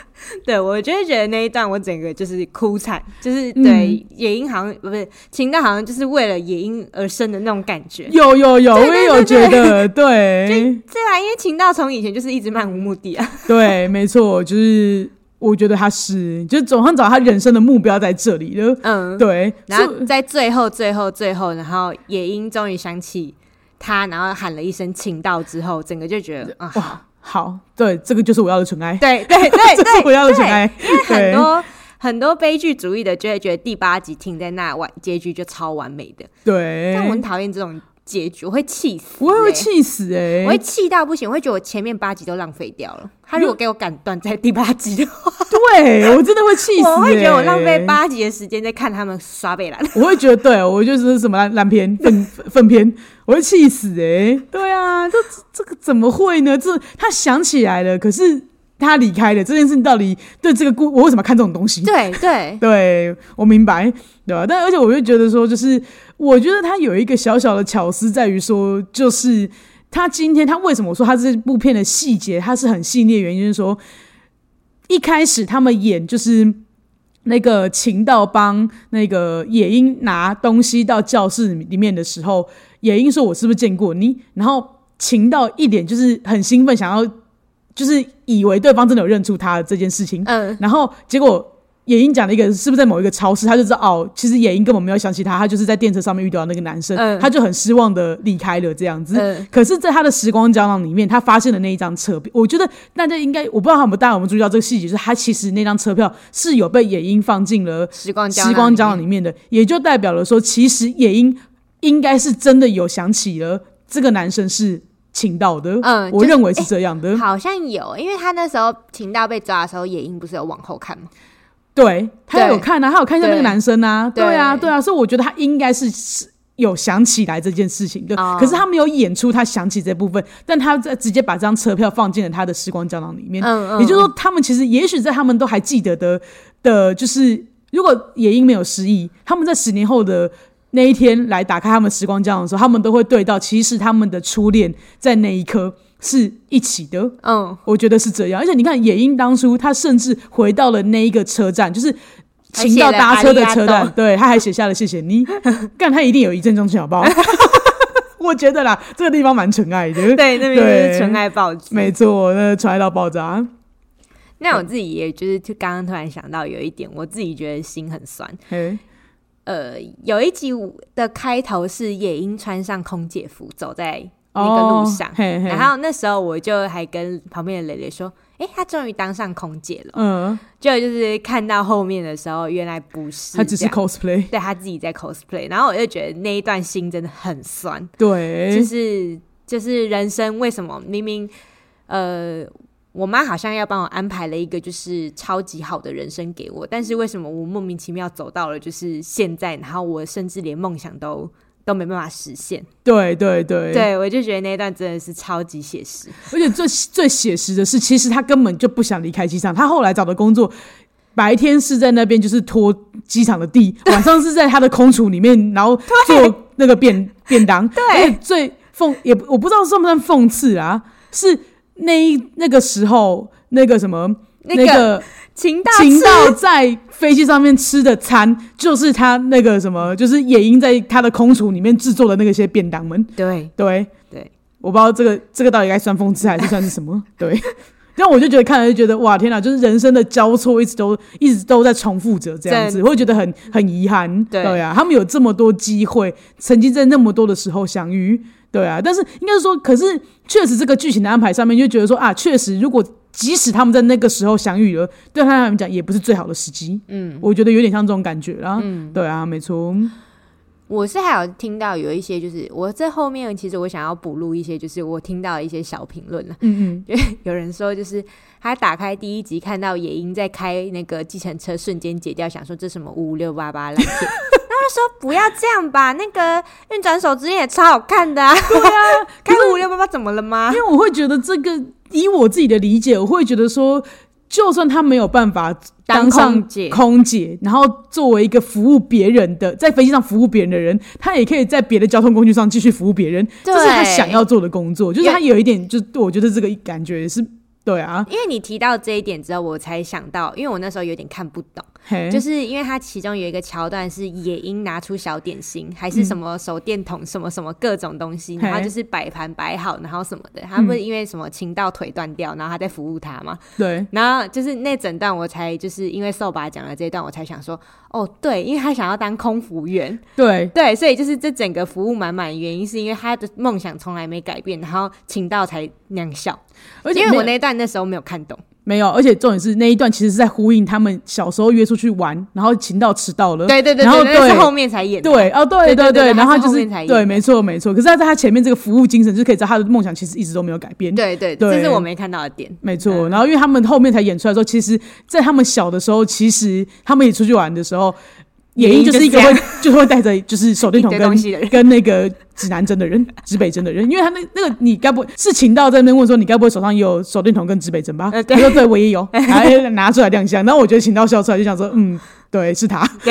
Speaker 2: 对我就会觉得那一段我整个就是哭惨，就是对、野樱好像不是情到好像就是为了野樱而生的那种感觉。
Speaker 1: 有有有，我也有觉得，
Speaker 2: <laughs>
Speaker 1: 对
Speaker 2: 对啊，因为情到从以前就是一直漫无目的啊。
Speaker 1: 对，没错，就是我觉得她是，就是总算找她人生的目标在这里了。
Speaker 2: <laughs> 嗯，
Speaker 1: 对，
Speaker 2: 然
Speaker 1: 是
Speaker 2: 后在最后最后最后，然后野樱终于想起他，然后喊了一声情到之后，整个就觉得啊，
Speaker 1: 哇，好，对，这个就是我要的纯爱，
Speaker 2: <laughs> 对对对对，
Speaker 1: <laughs> 这是我要的纯爱，
Speaker 2: 很
Speaker 1: 对，
Speaker 2: 多很多悲剧主义的就会觉得第八集停在那完结局就超完美的，但我
Speaker 1: 对，
Speaker 2: 很讨厌这种结局，我会气死、
Speaker 1: 我也
Speaker 2: 会
Speaker 1: 会，气死哎、
Speaker 2: 我会气到不行，我会觉得我前面八集都浪费掉了。他如果给我赶短在第八集的话，
Speaker 1: <laughs> 对我真的会气死、欸，
Speaker 2: <laughs> 我会觉得我浪费，八集的时间在看他们刷贝兰。 <laughs>
Speaker 1: 我会觉得对我就是什么烂烂片、粪粪片，我会气死哎、对啊，这这个怎么会呢？这他想起来了，可是他离开了这件事，情到底对这个故我为什么要看这种东西？
Speaker 2: 对对
Speaker 1: 对，我明白，对吧、啊但而且我就觉得说，就是我觉得他有一个小小的巧思在于说，就是他今天他为什么说他这部片的细节他是很细腻的原因，就是说一开始他们演就是。那个秦道帮那个野樱拿东西到教室里面的时候，野樱说：“我是不是见过你？”然后秦道一脸就是很兴奋，想要就是以为对方真的有认出他的这件事情。
Speaker 2: <laughs> 嗯，
Speaker 1: 然后结果野樱讲了一个是不是在某一个超市，他就知道哦，其实野樱根本没有想起他，他就是在电车上面遇到那个男生，
Speaker 2: 嗯
Speaker 1: 他就很失望的离开了这样子。
Speaker 2: 嗯
Speaker 1: 可 <laughs> 是，在他的时光胶囊里面，他发现了那一张车票。我觉得大家应该，我不知道他们大家有没有注意到这个细节，就是他其实那张车票是有被野樱放进了
Speaker 2: 时光胶
Speaker 1: 时光胶
Speaker 2: 囊
Speaker 1: 囊里面的，也就代表了说，其实野樱应该是真的有想起了这个男生是请到的。
Speaker 2: 嗯就
Speaker 1: 我
Speaker 2: 是
Speaker 1: 认为是这样的。
Speaker 2: 好像有，因为他那时候秦道被抓的时候，野樱不是有往后看吗？
Speaker 1: 对他
Speaker 2: 对
Speaker 1: 有看啊，他有看一下那个
Speaker 2: 对
Speaker 1: 男生啊，对啊，
Speaker 2: 对
Speaker 1: 对啊，所以我觉得他应该是是有想起来这件事情的，
Speaker 2: 哦
Speaker 1: 可是他没有演出他想起这部分，但他在直接把这张车票放进了他的时光胶囊里面，
Speaker 2: 嗯嗯，
Speaker 1: 也就是说，他们其实也许在他们都还记得的的，就是如果野樱没有失忆，他们在十年后的。那一天来打开他们时光胶囊的时候，他们都会对到，其实他们的初恋在那一刻是一起的。 <laughs>
Speaker 2: 嗯，
Speaker 1: 我觉得是这样，而且你看，野樱当初他甚至回到了那一个车站，就是
Speaker 2: 还
Speaker 1: 情到
Speaker 2: 写了
Speaker 1: 搭车的车
Speaker 2: 阿里
Speaker 1: 站
Speaker 2: 阿，
Speaker 1: 对，他还写下了谢谢
Speaker 2: <laughs>
Speaker 1: 你，干他一定有一见钟情，好不好？ <laughs> 我觉得啦，这个地方蛮纯爱的，
Speaker 2: 对，那边就是纯爱暴击。
Speaker 1: 没错，那纯爱到爆炸，
Speaker 2: 那我
Speaker 1: 嗯
Speaker 2: 自己也就是就刚刚突然想到有一点，我自己觉得心很酸。
Speaker 1: 嘿，
Speaker 2: 呃，有一集的开头是夜莺穿上空姐服走在那个路上
Speaker 1: 哦、嘿嘿
Speaker 2: 然后那时候我就还跟旁边的蕾蕾说：“哎、她终于当上空姐了。
Speaker 1: 嗯，”
Speaker 2: 结果就是看到后面的时候，原来不是，
Speaker 1: 他只是 cosplay，
Speaker 2: 对她自己在 cosplay。然后我就觉得那一段心真的很酸，就
Speaker 1: 对，
Speaker 2: 是就是人生为什么明明呃。我妈好像要帮我安排了一个就是超级好的人生给我，但是为什么我莫名其妙走到了就是现在，然后我甚至连梦想都都没办法实现？
Speaker 1: 对对对，
Speaker 2: 对我就觉得那一段真的是超级写实。
Speaker 1: 而且最最写实的是，其实他根本就不想离开机场。他后来找的工作，白天是在那边就是拖机场的地，晚上是在他的空厨里面，然后做那个便便当。对，而且最讽也不我不知道算不算讽刺啊，是那一那个时候那个什么。
Speaker 2: 那
Speaker 1: 那
Speaker 2: 个
Speaker 1: 个
Speaker 2: 情到
Speaker 1: 秦
Speaker 2: 吃
Speaker 1: 道在飞机上面吃的餐，就是他那个什么，就是野鹰在他的空厨里面制作的那个些便当们。
Speaker 2: 对
Speaker 1: 对
Speaker 2: 对，
Speaker 1: 我不知道这个这个到底该算讽刺还是算是什么。对， <laughs> 但我就觉得看了就觉得哇天哪，就是人生的交错一直都一直都在重复着这样子，会觉得很很遗憾。
Speaker 2: 对
Speaker 1: 啊，他们有这么多机会，曾经在那么多的时候相遇。对啊，但是应该是说，可是确实这个剧情的安排上面就觉得说啊，确实如果。即使他们在那个时候相遇了，对他们来讲也不是最好的时机。嗯，我觉得有点像这种感觉啦。嗯，对啊，没错。
Speaker 2: 我是还有听到有一些，就是我这后面其实我想要补录一些，就是我听到一些小评论了。
Speaker 1: 嗯嗯，
Speaker 2: 有人说，就是他打开第一集看到野樱在开那个计程车，瞬间解掉，想说这什么五五六八八烂 <laughs> 片。然后就说不要这样吧，那个运转手之恋也超好看的啊！对 <laughs> 啊，开五五六八八怎么了吗
Speaker 1: 因？为我会觉得这个，以我自己的理解，我会觉得说，就算他没有办法当上
Speaker 2: 空姐
Speaker 1: 空姐，然后作为一个服务别人的，在飞机上服务别人的人，他也可以在别的交通工具上继续服务别人，这
Speaker 2: 对
Speaker 1: 是他想要做的工作。就是
Speaker 2: 也
Speaker 1: 他有一点，就我觉得这个感觉是对啊，
Speaker 2: 因为你提到这一点之后，我才想到，因为我那时候有点看不懂。
Speaker 1: 嘿，
Speaker 2: 就是因为它其中有一个桥段是野鹰拿出小点心，还是什么手电筒，什么什么各种东西，
Speaker 1: 嘿
Speaker 2: 然后就是摆盘摆好，然后什么的。他不是因为什么情到腿断掉，然后他在服务他嘛。
Speaker 1: 对
Speaker 2: 然后就是那整段我才就是因为瘦爸讲了这一段，我才想说，哦，对，因为他想要当空服员，
Speaker 1: 对
Speaker 2: 对，所以就是这整个服务满满的原因是因为他的梦想从来没改变，然后情到才那样笑。
Speaker 1: 而且
Speaker 2: 因为我
Speaker 1: 那
Speaker 2: 那一段那时候没有看懂，
Speaker 1: 没有，而且重点是那一段其实是在呼应他们小时候约出去玩，然后情到迟到了，
Speaker 2: 对对对
Speaker 1: 然后
Speaker 2: 对，那是
Speaker 1: 对
Speaker 2: 后面才演的。
Speaker 1: 对，哦，对
Speaker 2: 对对对
Speaker 1: 对，然后他
Speaker 2: 他是
Speaker 1: 就
Speaker 2: 后
Speaker 1: 是
Speaker 2: 面才演
Speaker 1: 对，
Speaker 2: 的
Speaker 1: 没错没错。可是他在他前面这个服务精神，就可以知道他的梦想其实一直都没有改变。，
Speaker 2: 对嗯对，
Speaker 1: 对
Speaker 2: 这是我没看到的点。
Speaker 1: 没错。然后因为他们后面才演出来之后，其实，在他们小的时候，其实他们也出去玩的时候，
Speaker 2: 野
Speaker 1: 野
Speaker 2: 樱
Speaker 1: 樱就
Speaker 2: 就
Speaker 1: 是
Speaker 2: 是
Speaker 1: 一个
Speaker 2: 这
Speaker 1: 会就是会带着就是手电
Speaker 2: 一
Speaker 1: 筒
Speaker 2: 堆
Speaker 1: 跟
Speaker 2: 东西的人，
Speaker 1: <laughs> 跟那个指南针的人、指北针的人，因为他那那个你该不会是秦道在那边问说你该不会手上也有手电筒跟指北针吧？
Speaker 2: 呃对
Speaker 1: 他说对我也有，然后拿出来亮相。然后我觉得秦道笑出来就想说，嗯，对，是他， <laughs>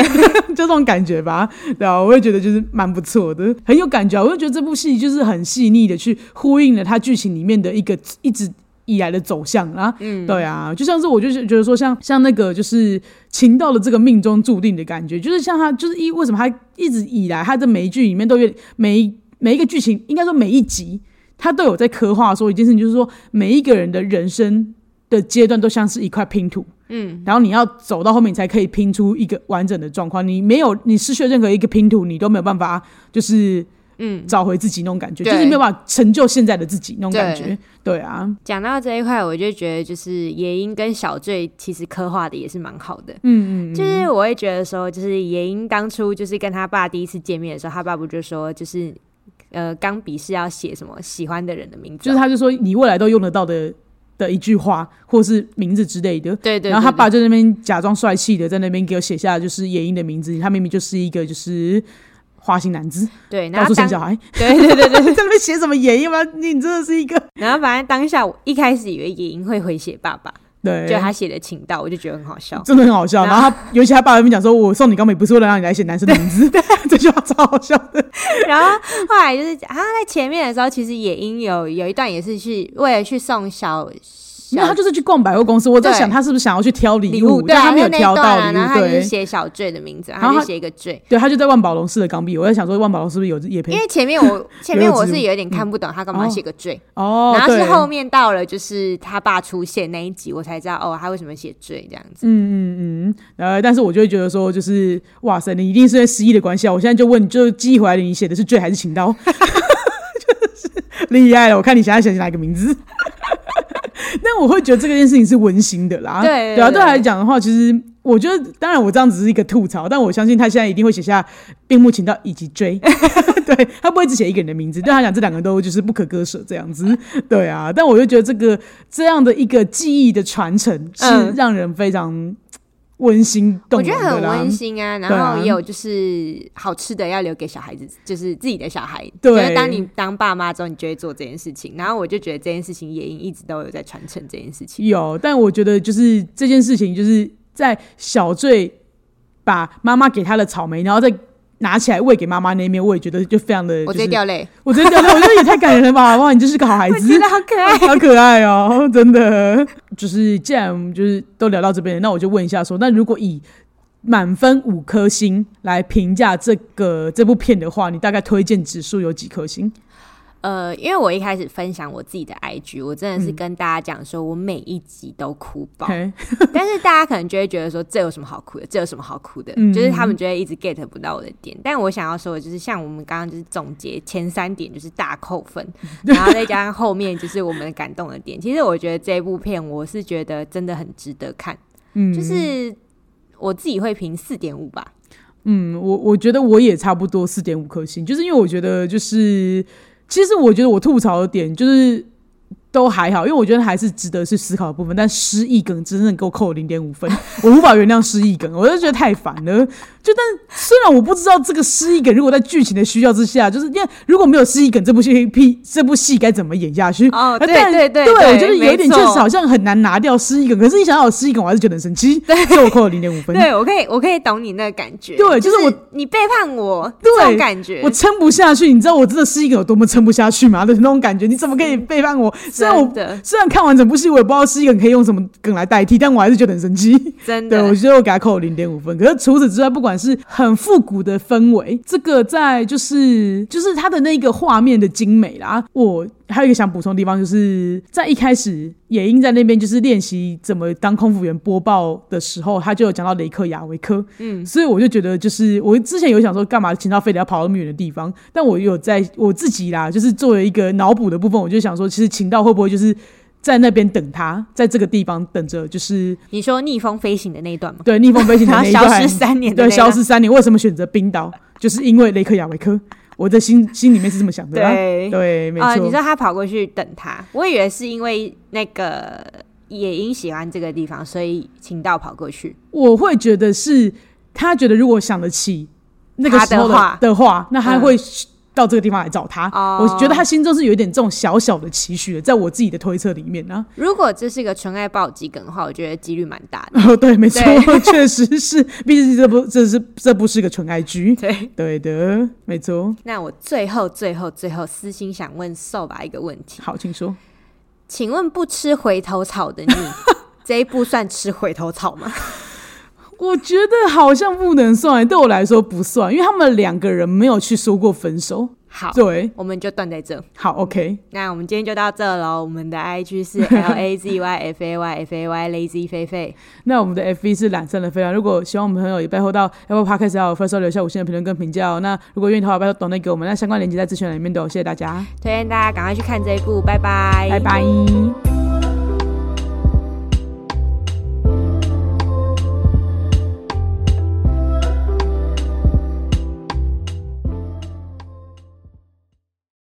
Speaker 1: 就这种感觉吧，对啊，我会觉得就是蛮不错的，很有感觉啊。我就觉得这部戏就是很细腻的去呼应了它剧情里面的一个一直。以来的走向啊，嗯，对啊，就像是我就是觉得说像像那个就是秦道的这个命中注定的感觉，就是像他就是一为什么他一直以来他的每一句里面都有每一每一个剧情，应该说每一集，他都有在刻画说一件事情，就是说每一个人的人生的阶段都像是一块拼图，嗯，然后你要走到后面你才可以拼出一个完整的状况，你没有你失去了任何一个拼图，你都没有办法就是。嗯，找回自己那种感觉，
Speaker 2: 对
Speaker 1: 就是没有办法成就现在的自己那种
Speaker 2: 对
Speaker 1: 感觉。对啊，
Speaker 2: 讲到这一块，我就觉得就是野樱跟小醉其实刻画的也是蛮好的。
Speaker 1: 嗯嗯，
Speaker 2: 就是我会觉得说，就是野樱当初就是跟他爸第一次见面的时候，他爸不就说就是呃钢笔是要写什么喜欢的人的名字
Speaker 1: 就
Speaker 2: 哦，
Speaker 1: 是他就说你未来都用得到的的一句话或是名字之类的，
Speaker 2: 对对对
Speaker 1: 然后他
Speaker 2: 对
Speaker 1: 爸就在那边假装帅气的在那边给我写下就是野英的名字，他明明就是一个就是花心男子，
Speaker 2: 对， <laughs> 然
Speaker 1: 到处
Speaker 2: 后
Speaker 1: 生
Speaker 2: 当
Speaker 1: 小孩， <laughs>
Speaker 2: 对对对对，
Speaker 1: 在那边写什么野英吗？你真的是一个
Speaker 2: 然后反正当下我一开始以为野樱会回写爸爸，
Speaker 1: <laughs> 对
Speaker 2: 就。他写的情到，我就觉得很好笑。
Speaker 1: 真的很好笑，
Speaker 2: 然
Speaker 1: 然
Speaker 2: 后
Speaker 1: 后他，尤其他爸在那边讲说：“我送你钢笔，不是为了让你来写男生的名
Speaker 2: <laughs>
Speaker 1: 字。” <laughs> 这句话超好笑的。
Speaker 2: 然后后来就是他在前面的时候，其实野樱有有一段也是去为了去送小
Speaker 1: 因为
Speaker 2: 小
Speaker 1: 他就是去逛百货公司，我在
Speaker 2: 对
Speaker 1: 想他是不是想要去挑礼
Speaker 2: 礼
Speaker 1: 物，
Speaker 2: 物，对
Speaker 1: 但
Speaker 2: 啊，
Speaker 1: 他没有
Speaker 2: 那一
Speaker 1: 挑
Speaker 2: 段
Speaker 1: 到
Speaker 2: 啊
Speaker 1: 礼
Speaker 2: 然
Speaker 1: 物。
Speaker 2: 后他就
Speaker 1: 对，
Speaker 2: 写小坠的名字，然
Speaker 1: 然
Speaker 2: 后
Speaker 1: 后
Speaker 2: 他就
Speaker 1: 他
Speaker 2: 写一个坠。
Speaker 1: 对，他就在万宝龙式的钢笔。我在想说，万宝龙是不是有也陪
Speaker 2: 因为前面
Speaker 1: <laughs>
Speaker 2: 我前面我是有点看不懂他干嘛
Speaker 1: 哦
Speaker 2: 写个坠，
Speaker 1: 哦，
Speaker 2: 然后是
Speaker 1: 对
Speaker 2: 后面到了就是他爸出现那一集，我才知道哦，他为什么写坠这样子。
Speaker 1: 嗯嗯嗯，呃，但是我就会觉得说，就是哇塞，你一定是因为失忆的关系啊！我现在就问，就记忆回来的，你写的是醉还是情刀？就是厉害了！我看你想要想起哪个名字。 <laughs> 但我会觉得这个件事情是温馨的啦。
Speaker 2: 对对
Speaker 1: 对啊，
Speaker 2: 对
Speaker 1: 对他来讲的话，其实我觉得，当然我这样只是一个吐槽，但我相信他现在一定会写下并目请到以及追，对他不会只写一个人的名字，对他讲这两个都就是不可割舍这样子。对啊，但我就觉得这个这样的一个记忆的传承是
Speaker 2: 嗯
Speaker 1: 让人非常温馨动
Speaker 2: 我
Speaker 1: 容
Speaker 2: 觉
Speaker 1: 的
Speaker 2: 得
Speaker 1: 啦。
Speaker 2: 很温馨啊，
Speaker 1: 对
Speaker 2: 然
Speaker 1: 啊
Speaker 2: 后也有就是好吃的要留给小孩子，就是自己的小孩。
Speaker 1: 对
Speaker 2: 就是当你当爸妈之后，你就会做这件事情。然后我就觉得这件事情也一直都有在传承这件事情。
Speaker 1: 有，但我觉得就是这件事情，就是在小醉把妈妈给他的草莓，然后再拿起来喂给妈妈那一面，我也觉得就非常的、就
Speaker 2: 我
Speaker 1: 是，
Speaker 2: 直接掉泪，
Speaker 1: 我直接掉泪，我觉得也太感人了吧！哇，你真是个好孩
Speaker 2: 我觉
Speaker 1: 子
Speaker 2: 得，好可爱。
Speaker 1: 好可爱哦，真的。 <laughs> 就是既然我们就是都聊到这边了，那我就问一下说，那如果以满分五颗星来评价这个这部片的话，你大概推荐指数有几颗星？
Speaker 2: 呃，因为我一开始分享我自己的 IG，我真的是
Speaker 1: 嗯
Speaker 2: 跟大家讲说，我每一集都哭
Speaker 1: <laughs>
Speaker 2: 爆。
Speaker 1: 嘿
Speaker 2: 但是大家可能就会觉得说，这有什么好哭的？这有什么好哭的？
Speaker 1: 嗯
Speaker 2: 就是他们就会一直 get 不到我的点。但我想要说的就是，像我们刚刚就是总结前三点，就是大扣
Speaker 1: <laughs>
Speaker 2: 分，然后再加上后面就是我们感动的点。其实我觉得这部片我是觉得真的很值得看，
Speaker 1: 嗯，
Speaker 2: 就是我自己会评四点五吧。
Speaker 1: 嗯，我我觉得我也差不多四点五颗星，就是因为我觉得就是，其实我觉得我吐槽的点就是都还好，因为我觉得还是值得去思考的部分，但失忆梗真正给我扣零点五
Speaker 2: <laughs>
Speaker 1: 分，我无法原谅失忆梗，我就觉得太烦了。就但虽然我不知道这个失忆梗如果在剧情的需要之下，就是因为如果没有失忆梗，这部戏屁这部戏该怎么演下去？啊
Speaker 2: 哦，<laughs> 对
Speaker 1: 但
Speaker 2: 对
Speaker 1: 对
Speaker 2: 对
Speaker 1: 我觉得有一点确实好
Speaker 2: 少。
Speaker 1: 像很难拿掉失忆梗，可是一想到有失忆梗，我还是觉得很生气，所以我扣了零点五分。
Speaker 2: <laughs> 对，我可以，我可以懂你那个感觉。
Speaker 1: 对就
Speaker 2: 就
Speaker 1: 是我
Speaker 2: 你背叛我，
Speaker 1: 对
Speaker 2: 这种感觉
Speaker 1: 我。撑不下去，你知道我真的是一个有多么撑不下去吗？的那种感觉，你怎么可以背叛我？虽然我
Speaker 2: 真的
Speaker 1: 虽然看完整部戏，我也不知道是一个可以用什么梗来代替，但我还是觉得很生气。
Speaker 2: 真
Speaker 1: 对，
Speaker 2: 的
Speaker 1: 我，觉得我给他扣零点五分。可是除此之外，不管是很复古的氛围，这个在就是就是它的那个画面的精美啦。我还有一个想补充的地方，就是在一开始野樱在那边就是练习怎么当空服员播报的时候，他就有讲到雷克雅维克，嗯，所以我就觉得就是我之前有想说干嘛请到非得要跑到那么远的地方，但我有在我自己啦，就是作为一个脑补的部分，我就想说，其实请到会不会就是。在那边等他，在这个地方等着，就是
Speaker 2: 你说逆风飞行的那一段吗？
Speaker 1: 对，逆风飞行的 <laughs>
Speaker 2: <laughs> 然
Speaker 1: 那
Speaker 2: 后
Speaker 1: 一
Speaker 2: 消
Speaker 1: 段，
Speaker 2: 失三年的
Speaker 1: 对，
Speaker 2: 那
Speaker 1: 消
Speaker 2: 个
Speaker 1: 失三年，为什么选择冰岛？就是因为雷克雅维克，我的心心里面是这么想的啦。
Speaker 2: 对
Speaker 1: 对，没错、
Speaker 2: 啊、你说他跑过去等他，我以为是因为那个野樱喜欢这个地方，所以请到跑过去。
Speaker 1: 我会觉得是他觉得如果想得起那个
Speaker 2: 他
Speaker 1: 时
Speaker 2: 的
Speaker 1: 候的
Speaker 2: 话
Speaker 1: 话那他
Speaker 2: 嗯
Speaker 1: 会到这个地方来找他。
Speaker 2: 哦
Speaker 1: 我觉得他心中是有一点这种小小的期许的，在我自己的推测里面
Speaker 2: <laughs>
Speaker 1: 啊。
Speaker 2: 如果这是一个纯爱暴击梗的话，我觉得几率蛮大的。
Speaker 1: 哦，对，没错，
Speaker 2: 对
Speaker 1: <laughs> 确实是，毕竟这不这是这不是个纯爱剧。
Speaker 2: 对，
Speaker 1: 对的，没错。
Speaker 2: 那我最后、最后、最后，私心想问瘦吧一个问题，
Speaker 1: 好，请说。
Speaker 2: 请问不吃回头草的
Speaker 1: <laughs>
Speaker 2: 你，这一部算吃回头草吗？
Speaker 1: 我觉得好像不能算，对我来说不算，因为他们两个人没有去说过分手。
Speaker 2: 好，
Speaker 1: 对，
Speaker 2: 我们就断在这。
Speaker 1: 好，OK，
Speaker 2: 那我们今天就到这喽。我们的 IG 是 L A Z Y F A Y F A Y Lazy 菲菲。
Speaker 1: 那我们的 FV 是懒散的飞扬。如果喜欢我们的朋友，也拜托到 Apple Podcast 还有 First Story 留下五星的评论跟评价哦。那如果愿意的话，拜托懂内给我们，那相关链接在资讯栏里面都有。谢谢大家，
Speaker 2: 哎推荐大家赶快去看这一部，拜拜，
Speaker 1: 拜拜